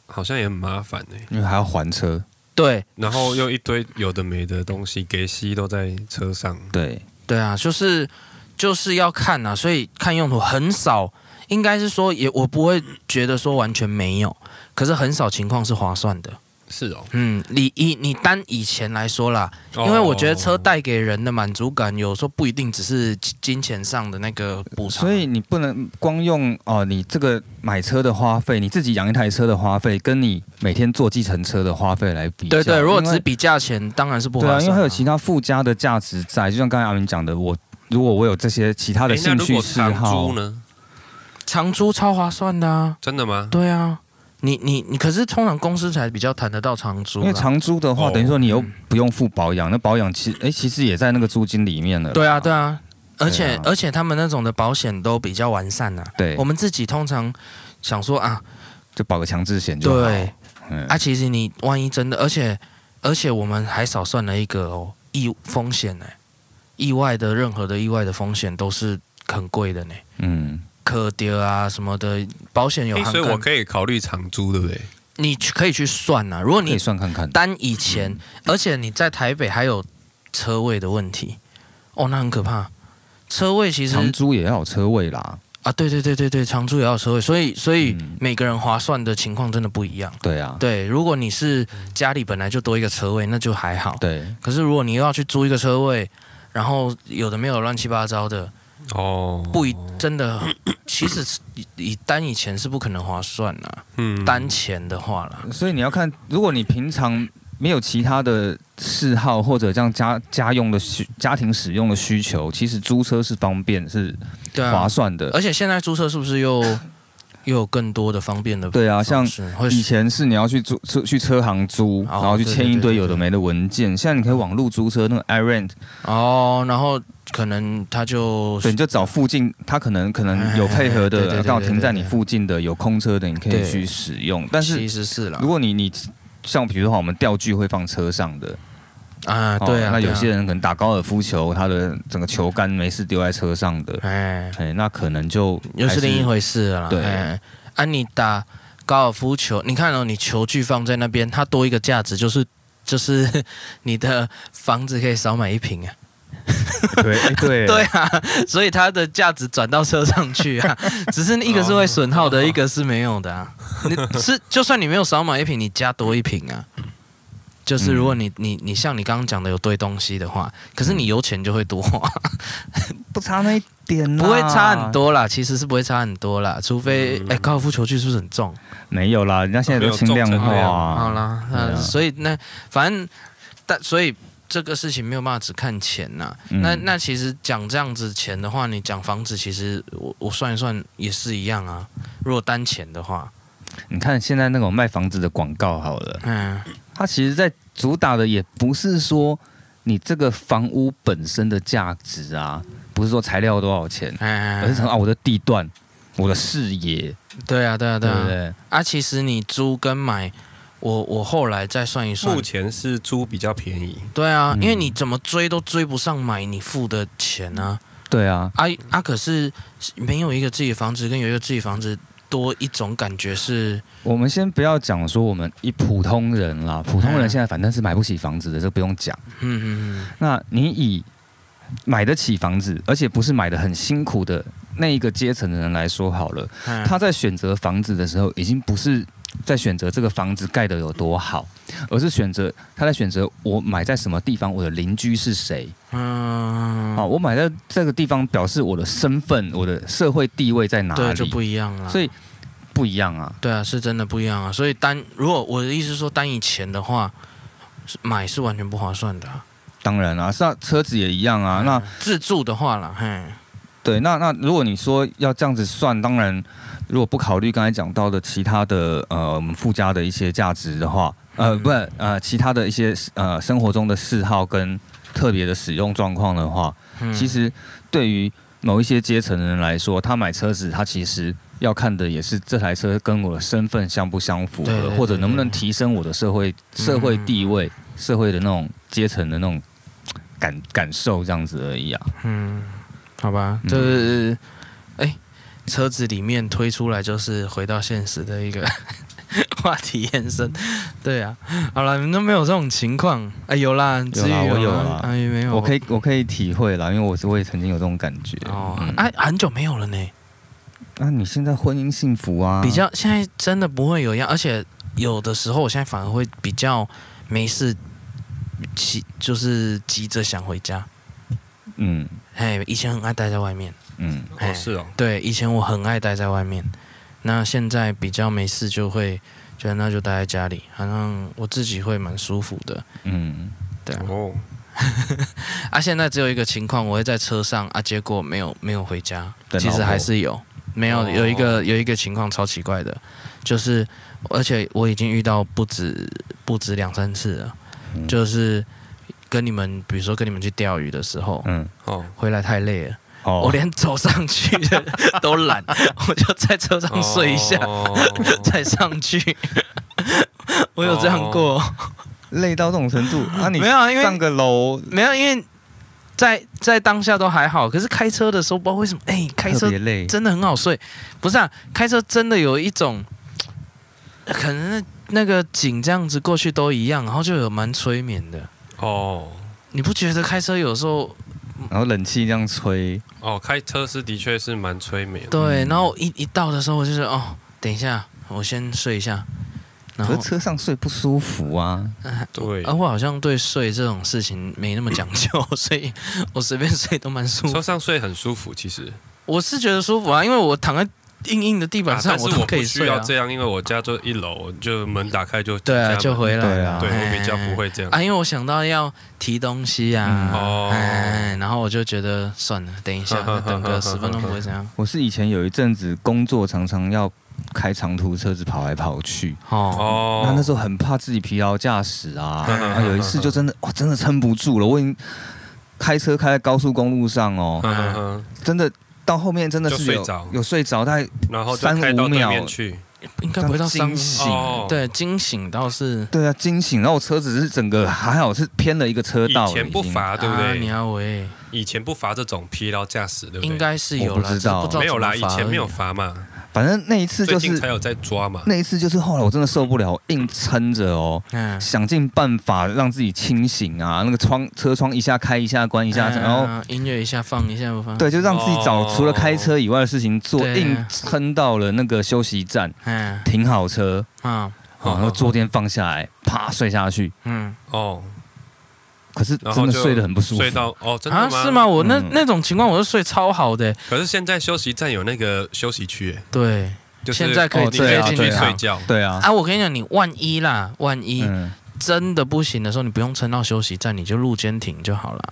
[SPEAKER 4] 好像也很麻烦哎、
[SPEAKER 3] 因为还要还车，
[SPEAKER 2] 对
[SPEAKER 4] 然后又一堆有的没的东西，给息都在车上。
[SPEAKER 3] 对，
[SPEAKER 2] 对啊，就是就是要看啊，所以看用途很少，应该是说也我不会觉得说完全没有，可是很少情况是划算的。
[SPEAKER 4] 是哦，
[SPEAKER 2] 嗯，你以你单以前来说啦，因为我觉得
[SPEAKER 4] 哦
[SPEAKER 2] 车带给人的满足感，有时候不一定只是金金钱上的那个补偿。啊
[SPEAKER 3] 所以你不能光用哦、你这个买车的花费，你自己养一台车的花费，跟你每天坐计程车的花费来比较
[SPEAKER 2] 对对，如果
[SPEAKER 3] 因为
[SPEAKER 2] 只比价钱，当然是不划
[SPEAKER 3] 对啊，
[SPEAKER 2] 算、
[SPEAKER 3] 因为还有其他附加的价值在，就像刚才阿明讲的，我如果我有这些其他
[SPEAKER 4] 他
[SPEAKER 3] 的兴
[SPEAKER 4] 如
[SPEAKER 3] 趣
[SPEAKER 4] 果
[SPEAKER 3] 嗜
[SPEAKER 4] 长
[SPEAKER 3] 好
[SPEAKER 4] 租，呢？
[SPEAKER 2] 长租超划算的啊！
[SPEAKER 4] 真的吗？
[SPEAKER 2] 对啊，你你你，可是通常公司才比较谈得到长租
[SPEAKER 3] 因
[SPEAKER 2] 啦，
[SPEAKER 3] 为长租的话，
[SPEAKER 4] 哦
[SPEAKER 3] 等于说你又
[SPEAKER 2] 嗯
[SPEAKER 3] 不用付保养，那保养其哎、其实也在那个租金里面了啦。
[SPEAKER 2] 对啊对啊，而且、
[SPEAKER 3] 对啊
[SPEAKER 2] 而且他们那种的保险都比较完善呐、啊。
[SPEAKER 3] 对
[SPEAKER 2] 我们自己通常想说啊，
[SPEAKER 3] 就保个强制险就好。
[SPEAKER 2] 对
[SPEAKER 3] 嗯，
[SPEAKER 2] 啊，其实你万一真的，而且而且我们还少算了一个哦，意风险呢、意外的任何的意外的风险都是很贵的呢、
[SPEAKER 3] 嗯，
[SPEAKER 2] 客丢啊什么的，保险有
[SPEAKER 4] 诶
[SPEAKER 2] 涵
[SPEAKER 4] 所以我
[SPEAKER 2] 盖，
[SPEAKER 4] 可以考虑长租，对不对？
[SPEAKER 2] 你去可以去算啊呐、如果
[SPEAKER 3] 可以
[SPEAKER 2] 你
[SPEAKER 3] 算看嗯看。
[SPEAKER 2] 单以前，而且你在台北还有车位的问题，哦，那很可怕。车位其实
[SPEAKER 3] 长租也要有车位啦。
[SPEAKER 2] 啊，对对对对对，长租也要有车位，所以所以
[SPEAKER 3] 嗯
[SPEAKER 2] 每个人划算的情况真的不一样。
[SPEAKER 3] 对啊，
[SPEAKER 2] 对，如果你是家里本来就多一个车位，那就还好。
[SPEAKER 3] 对，
[SPEAKER 2] 可是如果你又要去租一个车位，然后有的没有乱七八糟的，
[SPEAKER 4] 哦，
[SPEAKER 2] 不一真 的，其实是以以单以前是不可能划算啦，
[SPEAKER 4] 嗯
[SPEAKER 2] 单钱的话啦，
[SPEAKER 3] 所以你要看，如果你平常没有其他的嗜好或者这样家家用的需家庭使用的需求，其实租车是方便是
[SPEAKER 2] 对啊
[SPEAKER 3] 划，算的。
[SPEAKER 2] 而且现在租车是不是又 又有更多的方便的
[SPEAKER 3] 对啊，
[SPEAKER 2] 方
[SPEAKER 3] 像
[SPEAKER 2] 式？或
[SPEAKER 3] 以
[SPEAKER 2] 呃是
[SPEAKER 3] 前是你要去租租去车行租，
[SPEAKER 2] 哦
[SPEAKER 3] 然后去签一
[SPEAKER 2] 对对对
[SPEAKER 3] 堆
[SPEAKER 2] 对
[SPEAKER 3] 有的没的文件，现在你可以网络租车，那个 iRent，
[SPEAKER 2] 哦，然后可能他就
[SPEAKER 3] 对，你就找附近，他可能可能有配合
[SPEAKER 2] 哎对对
[SPEAKER 3] 的，
[SPEAKER 2] 对
[SPEAKER 3] 刚好
[SPEAKER 2] 对
[SPEAKER 3] 停在你
[SPEAKER 2] 对
[SPEAKER 3] 附近的有空车的，你可
[SPEAKER 2] 对
[SPEAKER 3] 以去使用。但是
[SPEAKER 2] 其实是啦
[SPEAKER 3] 如，果你你像比如说我们钓具会放车上的，
[SPEAKER 2] 啊，
[SPEAKER 3] 哦
[SPEAKER 2] 对啊，
[SPEAKER 3] 那
[SPEAKER 2] 对
[SPEAKER 3] 有
[SPEAKER 2] 啊
[SPEAKER 3] 些人可能打高尔夫球，他的整个球杆没事丢在车上的，
[SPEAKER 2] 哎，
[SPEAKER 3] 哎，那可能就
[SPEAKER 2] 又
[SPEAKER 3] 还
[SPEAKER 2] 是另一回事了啦。
[SPEAKER 3] 对
[SPEAKER 2] 哎，啊，你打高尔夫球，你看哦，你球具放在那边，它多一个价值就是就是 你的房子可以少买一平啊。
[SPEAKER 3] 对哎对
[SPEAKER 2] 对啊，所以它的价值转到车上去 啊，只是一个是会损
[SPEAKER 3] 哦
[SPEAKER 2] 耗的，一个是没有的啊。你是就算你没有少买一瓶，你加多一瓶啊。
[SPEAKER 3] 嗯
[SPEAKER 2] 就是如果你你你像你刚刚讲的有堆东西的话，可
[SPEAKER 3] 嗯
[SPEAKER 2] 是你油钱就会 多花，
[SPEAKER 3] 不差那一点，
[SPEAKER 2] 不会差
[SPEAKER 3] 啊
[SPEAKER 2] 很。多啦，其实是不会差很多啦，除非
[SPEAKER 3] 嗯
[SPEAKER 2] 哎、高尔夫球具是不是很重？
[SPEAKER 3] 没有啦，人家现在都轻量
[SPEAKER 4] 没有重成那
[SPEAKER 2] 哦好
[SPEAKER 3] 化，
[SPEAKER 2] 啦，
[SPEAKER 3] 对
[SPEAKER 2] 那、
[SPEAKER 3] 啊
[SPEAKER 2] 所以那反正但所以这个事情没有办法只看钱呐、
[SPEAKER 3] 嗯
[SPEAKER 2] 那那其实讲这样子钱的话，你讲房子，其实我我算一算也是一样啊。如果单钱的话，
[SPEAKER 3] 你看现在那种卖房子的广告好了，
[SPEAKER 2] 嗯，
[SPEAKER 3] 它其实在主打的也不是说你这个房屋本身的价值啊，不是说材料多少钱，而
[SPEAKER 2] 哎
[SPEAKER 3] 是，从啊我的地段、我的视野，
[SPEAKER 2] 对啊，对啊，对
[SPEAKER 3] 对
[SPEAKER 2] 啊。
[SPEAKER 3] 不对？
[SPEAKER 2] 啊，其实你租跟买，我我后来再算一算
[SPEAKER 4] 目，前是租比较便宜，
[SPEAKER 2] 对啊，
[SPEAKER 3] 嗯
[SPEAKER 2] 因为你怎么追都追不上买你付的钱啊。
[SPEAKER 3] 对啊，
[SPEAKER 2] 啊啊！可是没有一个自己的房子，跟有一个自己的房子多一种感觉是，
[SPEAKER 3] 我们先不要讲说我们一普通人啦，普通人
[SPEAKER 2] 嗯
[SPEAKER 3] 现在反正是买不起房子的，这不用讲。
[SPEAKER 2] 嗯嗯
[SPEAKER 3] 那你以买得起房子，而且不是买的很辛苦的那一个阶层的人来说好了，
[SPEAKER 2] 嗯，
[SPEAKER 3] 他在选择房子的时候，已经不是在选择这个房子盖的有多好，而是选择他在选择我买在什么地方，我的邻居是谁
[SPEAKER 2] 嗯
[SPEAKER 3] 啊，我买在这个地方表示我的身份、我的社会地位在哪
[SPEAKER 2] 对就
[SPEAKER 3] 里，
[SPEAKER 2] 不一样了。
[SPEAKER 3] 所以不一样啊。
[SPEAKER 2] 对啊，是真的不一样啊。所以单如果我的意思是说单以钱的话，是买是完全不划算的啊、
[SPEAKER 3] 当然啊，是啊，车子也一样啊。
[SPEAKER 2] 嗯
[SPEAKER 3] 那
[SPEAKER 2] 自住的话啦，嘿，
[SPEAKER 3] 对，那那如果你说要这样子算，当然如果不考虑刚才讲到的其他的呃我们附加的一些价值的话，呃
[SPEAKER 2] 嗯
[SPEAKER 3] 不呃其他的一些呃生活中的嗜好跟特别的使用状况的话，
[SPEAKER 2] 嗯
[SPEAKER 3] 其实对于某一些阶层的人来说，他买车子他其实。要看的也是这台车跟我的身份相不相符合，
[SPEAKER 2] 对对对
[SPEAKER 3] 或者能不能
[SPEAKER 2] 对嗯对
[SPEAKER 3] 提升我的社会社会地位、社会的那种阶层的那种感感受这样子而已啊。
[SPEAKER 2] 嗯，好吧，
[SPEAKER 3] 嗯
[SPEAKER 2] 就是哎、车子里面推出来就是回到现实的一个 话题延伸。对啊，好了，你们都没有这种情况，哎、有啦，至于
[SPEAKER 3] 啦我有
[SPEAKER 2] 啊
[SPEAKER 3] 啦，
[SPEAKER 2] 哎、没有，
[SPEAKER 3] 我可以我可以体会啦，因为我是我也曾经有这种感觉。
[SPEAKER 2] 哦，
[SPEAKER 3] 嗯
[SPEAKER 2] 哎、很久没有了呢，
[SPEAKER 3] 那、你现在婚姻幸福啊？
[SPEAKER 2] 比较现在真的不会有一样，而且有的时候我现在反而会比较没事急，就是急着想回家。
[SPEAKER 3] 嗯
[SPEAKER 2] 哎，以前很爱待在外面。
[SPEAKER 3] 嗯，
[SPEAKER 2] 哎
[SPEAKER 4] 哦是哦，
[SPEAKER 2] 对，以前我很爱待在外面，那现在比较没事就会觉得那就待在家里，好像我自己会蛮舒服的。
[SPEAKER 3] 嗯，
[SPEAKER 2] 对啊，
[SPEAKER 4] 哦，
[SPEAKER 2] 啊，现在只有一个情况，我会在车上啊，结果没有没有回家，
[SPEAKER 3] 等
[SPEAKER 2] 其
[SPEAKER 3] 老
[SPEAKER 2] 实
[SPEAKER 3] 婆
[SPEAKER 2] 还是有，没有
[SPEAKER 4] 哦
[SPEAKER 2] 有一个有一个情况超奇怪的，就是而且我已经遇到不止不止两三次了，
[SPEAKER 3] 嗯
[SPEAKER 2] 就是跟你们比如说跟你们去钓鱼的时候，
[SPEAKER 3] 嗯
[SPEAKER 4] 哦，
[SPEAKER 2] 回来太累了。
[SPEAKER 3] 哦，
[SPEAKER 2] 我连走上去 的都懒，我就在车上睡一下，
[SPEAKER 4] 哦
[SPEAKER 2] 再上去。 我有这样过，
[SPEAKER 3] 累到这种程 度，那、哦你
[SPEAKER 2] 没有啊因为
[SPEAKER 3] 上个楼
[SPEAKER 2] 没有，因为在在当下都还好，可是开车的时候不知道为什么，哎、开
[SPEAKER 3] 特
[SPEAKER 2] 车
[SPEAKER 3] 别累，
[SPEAKER 2] 真的很好睡。不是啊，开车真的有一种，可能那那个景这样子过去都一样，然后就有蛮催眠的。
[SPEAKER 4] 哦
[SPEAKER 2] 你不觉得开车有时候
[SPEAKER 3] 然后冷气这样吹，
[SPEAKER 4] 哦，开车是的确是蛮催眠的，
[SPEAKER 2] 对？
[SPEAKER 3] 嗯
[SPEAKER 2] 然后一一到的时候，我就是哦，等一下，我先睡一下。然
[SPEAKER 3] 可
[SPEAKER 2] 后
[SPEAKER 3] 是车上睡不舒服啊。
[SPEAKER 4] 对
[SPEAKER 2] 啊，，我好像对睡这种事情没那么讲究， 所以我随便睡都蛮舒服
[SPEAKER 4] 车。上睡很舒服，其实，
[SPEAKER 2] 我是觉得舒服啊，因为我躺在硬硬的地板
[SPEAKER 4] 啊
[SPEAKER 2] 上，
[SPEAKER 4] 但是
[SPEAKER 2] 都
[SPEAKER 4] 我
[SPEAKER 2] 可
[SPEAKER 4] 不
[SPEAKER 2] 以
[SPEAKER 4] 需
[SPEAKER 2] 睡
[SPEAKER 4] 要
[SPEAKER 2] 啊。
[SPEAKER 4] 这样，因为我家就一楼，就门打开就
[SPEAKER 2] 对啊，
[SPEAKER 4] 家
[SPEAKER 2] 就
[SPEAKER 4] 门
[SPEAKER 2] 回来
[SPEAKER 3] 对
[SPEAKER 2] 了。
[SPEAKER 3] 啊
[SPEAKER 4] 对
[SPEAKER 2] 哎
[SPEAKER 4] 我比较不会这样
[SPEAKER 2] 啊，因为我想到要提东西啊，
[SPEAKER 3] 嗯
[SPEAKER 4] 哦
[SPEAKER 2] 哎，然后我就觉得算了，等 一下，等个十分钟不会这样。
[SPEAKER 3] 我是以前有一阵子工作常常要开长途车子跑来跑去，
[SPEAKER 2] 哦，
[SPEAKER 4] 哦，
[SPEAKER 3] 那那时候很怕自己疲劳驾驶 啊，
[SPEAKER 4] 嗯
[SPEAKER 3] 啊有一次就真的哦，真的撑不住了，我已经开车开在高速公路上哦，
[SPEAKER 4] 嗯嗯嗯
[SPEAKER 3] 真的到后面真的
[SPEAKER 4] 就是睡
[SPEAKER 3] 有
[SPEAKER 4] 着
[SPEAKER 3] 有睡着，但
[SPEAKER 4] 然后就
[SPEAKER 3] 三
[SPEAKER 4] 开
[SPEAKER 3] 五
[SPEAKER 4] 到对
[SPEAKER 3] 秒
[SPEAKER 4] 面去，
[SPEAKER 2] 应该不会到三
[SPEAKER 3] 惊醒，
[SPEAKER 4] 哦，
[SPEAKER 2] 对，惊醒倒是
[SPEAKER 3] 对啊，惊醒，然后我车子是整个还好是偏了一个车道了，
[SPEAKER 4] 以前不
[SPEAKER 3] 已经
[SPEAKER 4] 罚对不
[SPEAKER 2] 啊你
[SPEAKER 4] 对？
[SPEAKER 2] 要喂，
[SPEAKER 4] 以前不罚这种疲劳驾驶对不对？
[SPEAKER 2] 应该是有
[SPEAKER 3] 我
[SPEAKER 2] 啦，
[SPEAKER 3] 不
[SPEAKER 2] 只
[SPEAKER 3] 知
[SPEAKER 2] 是
[SPEAKER 3] 道
[SPEAKER 2] 不知道
[SPEAKER 4] 没有啦，
[SPEAKER 2] 怎
[SPEAKER 4] 以
[SPEAKER 2] 么罚
[SPEAKER 4] 前没有
[SPEAKER 2] 而已
[SPEAKER 4] 罚嘛，
[SPEAKER 3] 反正那一次
[SPEAKER 4] 最
[SPEAKER 3] 就
[SPEAKER 4] 近
[SPEAKER 3] 是
[SPEAKER 4] 才有在抓嘛。
[SPEAKER 3] 那一次就是后来我真的受不了，我硬撑着哦。
[SPEAKER 2] 嗯，
[SPEAKER 3] 想尽办法让自己清醒啊！那个窗车窗一下开一下关一
[SPEAKER 4] 哎
[SPEAKER 3] 下，
[SPEAKER 2] 嗯
[SPEAKER 3] 然后
[SPEAKER 2] 嗯嗯音乐一下放一下不放，
[SPEAKER 3] 对，就让自己找
[SPEAKER 4] 哦
[SPEAKER 3] 除了开车以外的事情做，
[SPEAKER 2] 对
[SPEAKER 3] 硬撑到了那个休息站，
[SPEAKER 2] 嗯
[SPEAKER 3] 停好车，
[SPEAKER 2] 啊
[SPEAKER 3] 啊，然后坐垫放下来，啪睡下去。
[SPEAKER 2] 嗯。
[SPEAKER 4] 哦，
[SPEAKER 3] 可是
[SPEAKER 4] 然后
[SPEAKER 3] 真的
[SPEAKER 4] 就
[SPEAKER 3] 睡得很不舒服
[SPEAKER 4] 睡。到哦，真
[SPEAKER 2] 啊
[SPEAKER 4] 的，
[SPEAKER 2] 是？吗？我那、
[SPEAKER 3] 嗯
[SPEAKER 2] 那种情况，我是睡超好的、
[SPEAKER 4] 可是现在休息站有那个休息区，哎
[SPEAKER 2] 对
[SPEAKER 4] 就是
[SPEAKER 2] 现在可以
[SPEAKER 4] 哦
[SPEAKER 2] 直
[SPEAKER 4] 你
[SPEAKER 3] 接
[SPEAKER 4] 可以进
[SPEAKER 3] 进
[SPEAKER 4] 去
[SPEAKER 3] 去
[SPEAKER 4] 睡觉。
[SPEAKER 3] 对啊，
[SPEAKER 2] 啊，我跟你讲，你万一啦，万一、
[SPEAKER 3] 嗯，
[SPEAKER 2] 真的不行的时候，你不用撑到休息站，你就路肩停就好了。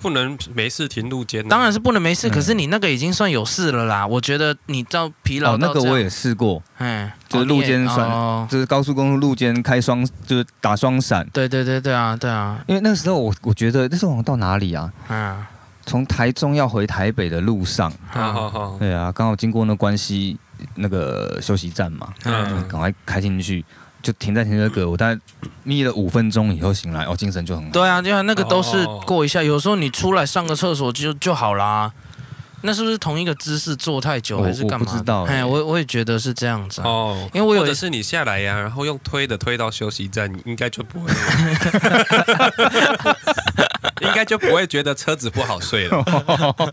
[SPEAKER 4] 不能没事停路肩啊。
[SPEAKER 2] 当然是不能没事，
[SPEAKER 3] 嗯
[SPEAKER 2] 可是你那个已经算有事了啦。我觉得你到疲劳
[SPEAKER 3] 哦，
[SPEAKER 2] 到
[SPEAKER 3] 那个
[SPEAKER 2] 这样
[SPEAKER 3] 我，也试过，
[SPEAKER 2] 嗯，
[SPEAKER 3] 就是路肩
[SPEAKER 2] 哦
[SPEAKER 3] 酸
[SPEAKER 2] 哦
[SPEAKER 3] 就是高速公路路肩开双，就是打双闪。
[SPEAKER 2] 对对对对啊，对啊，
[SPEAKER 3] 因为那时候我我觉得那时候我到哪里啊？
[SPEAKER 2] 嗯，
[SPEAKER 3] 从台中要回台北的路上，
[SPEAKER 4] 好好好，
[SPEAKER 3] 对啊，刚好经过那关西那个休息站嘛，
[SPEAKER 4] 嗯
[SPEAKER 3] 赶快开进去，就停在停车格，我大概眯了五分钟以后醒来，哦，精神就很好。
[SPEAKER 2] 对啊，对啊，那个都是
[SPEAKER 4] 哦
[SPEAKER 2] 过一下，有时候你出来上个厕所就就好啦。那是不是同一个姿势坐太久
[SPEAKER 3] 我
[SPEAKER 2] 还是干嘛？
[SPEAKER 3] 我不知道
[SPEAKER 2] 哎，
[SPEAKER 3] 欸
[SPEAKER 2] 我我也觉得是这样子、啊。
[SPEAKER 4] 哦，
[SPEAKER 2] 因为我有
[SPEAKER 4] 或者是你下来呀、然后用推的推到休息站，你应该就不会了， 应该就不会觉得车子不好睡 了。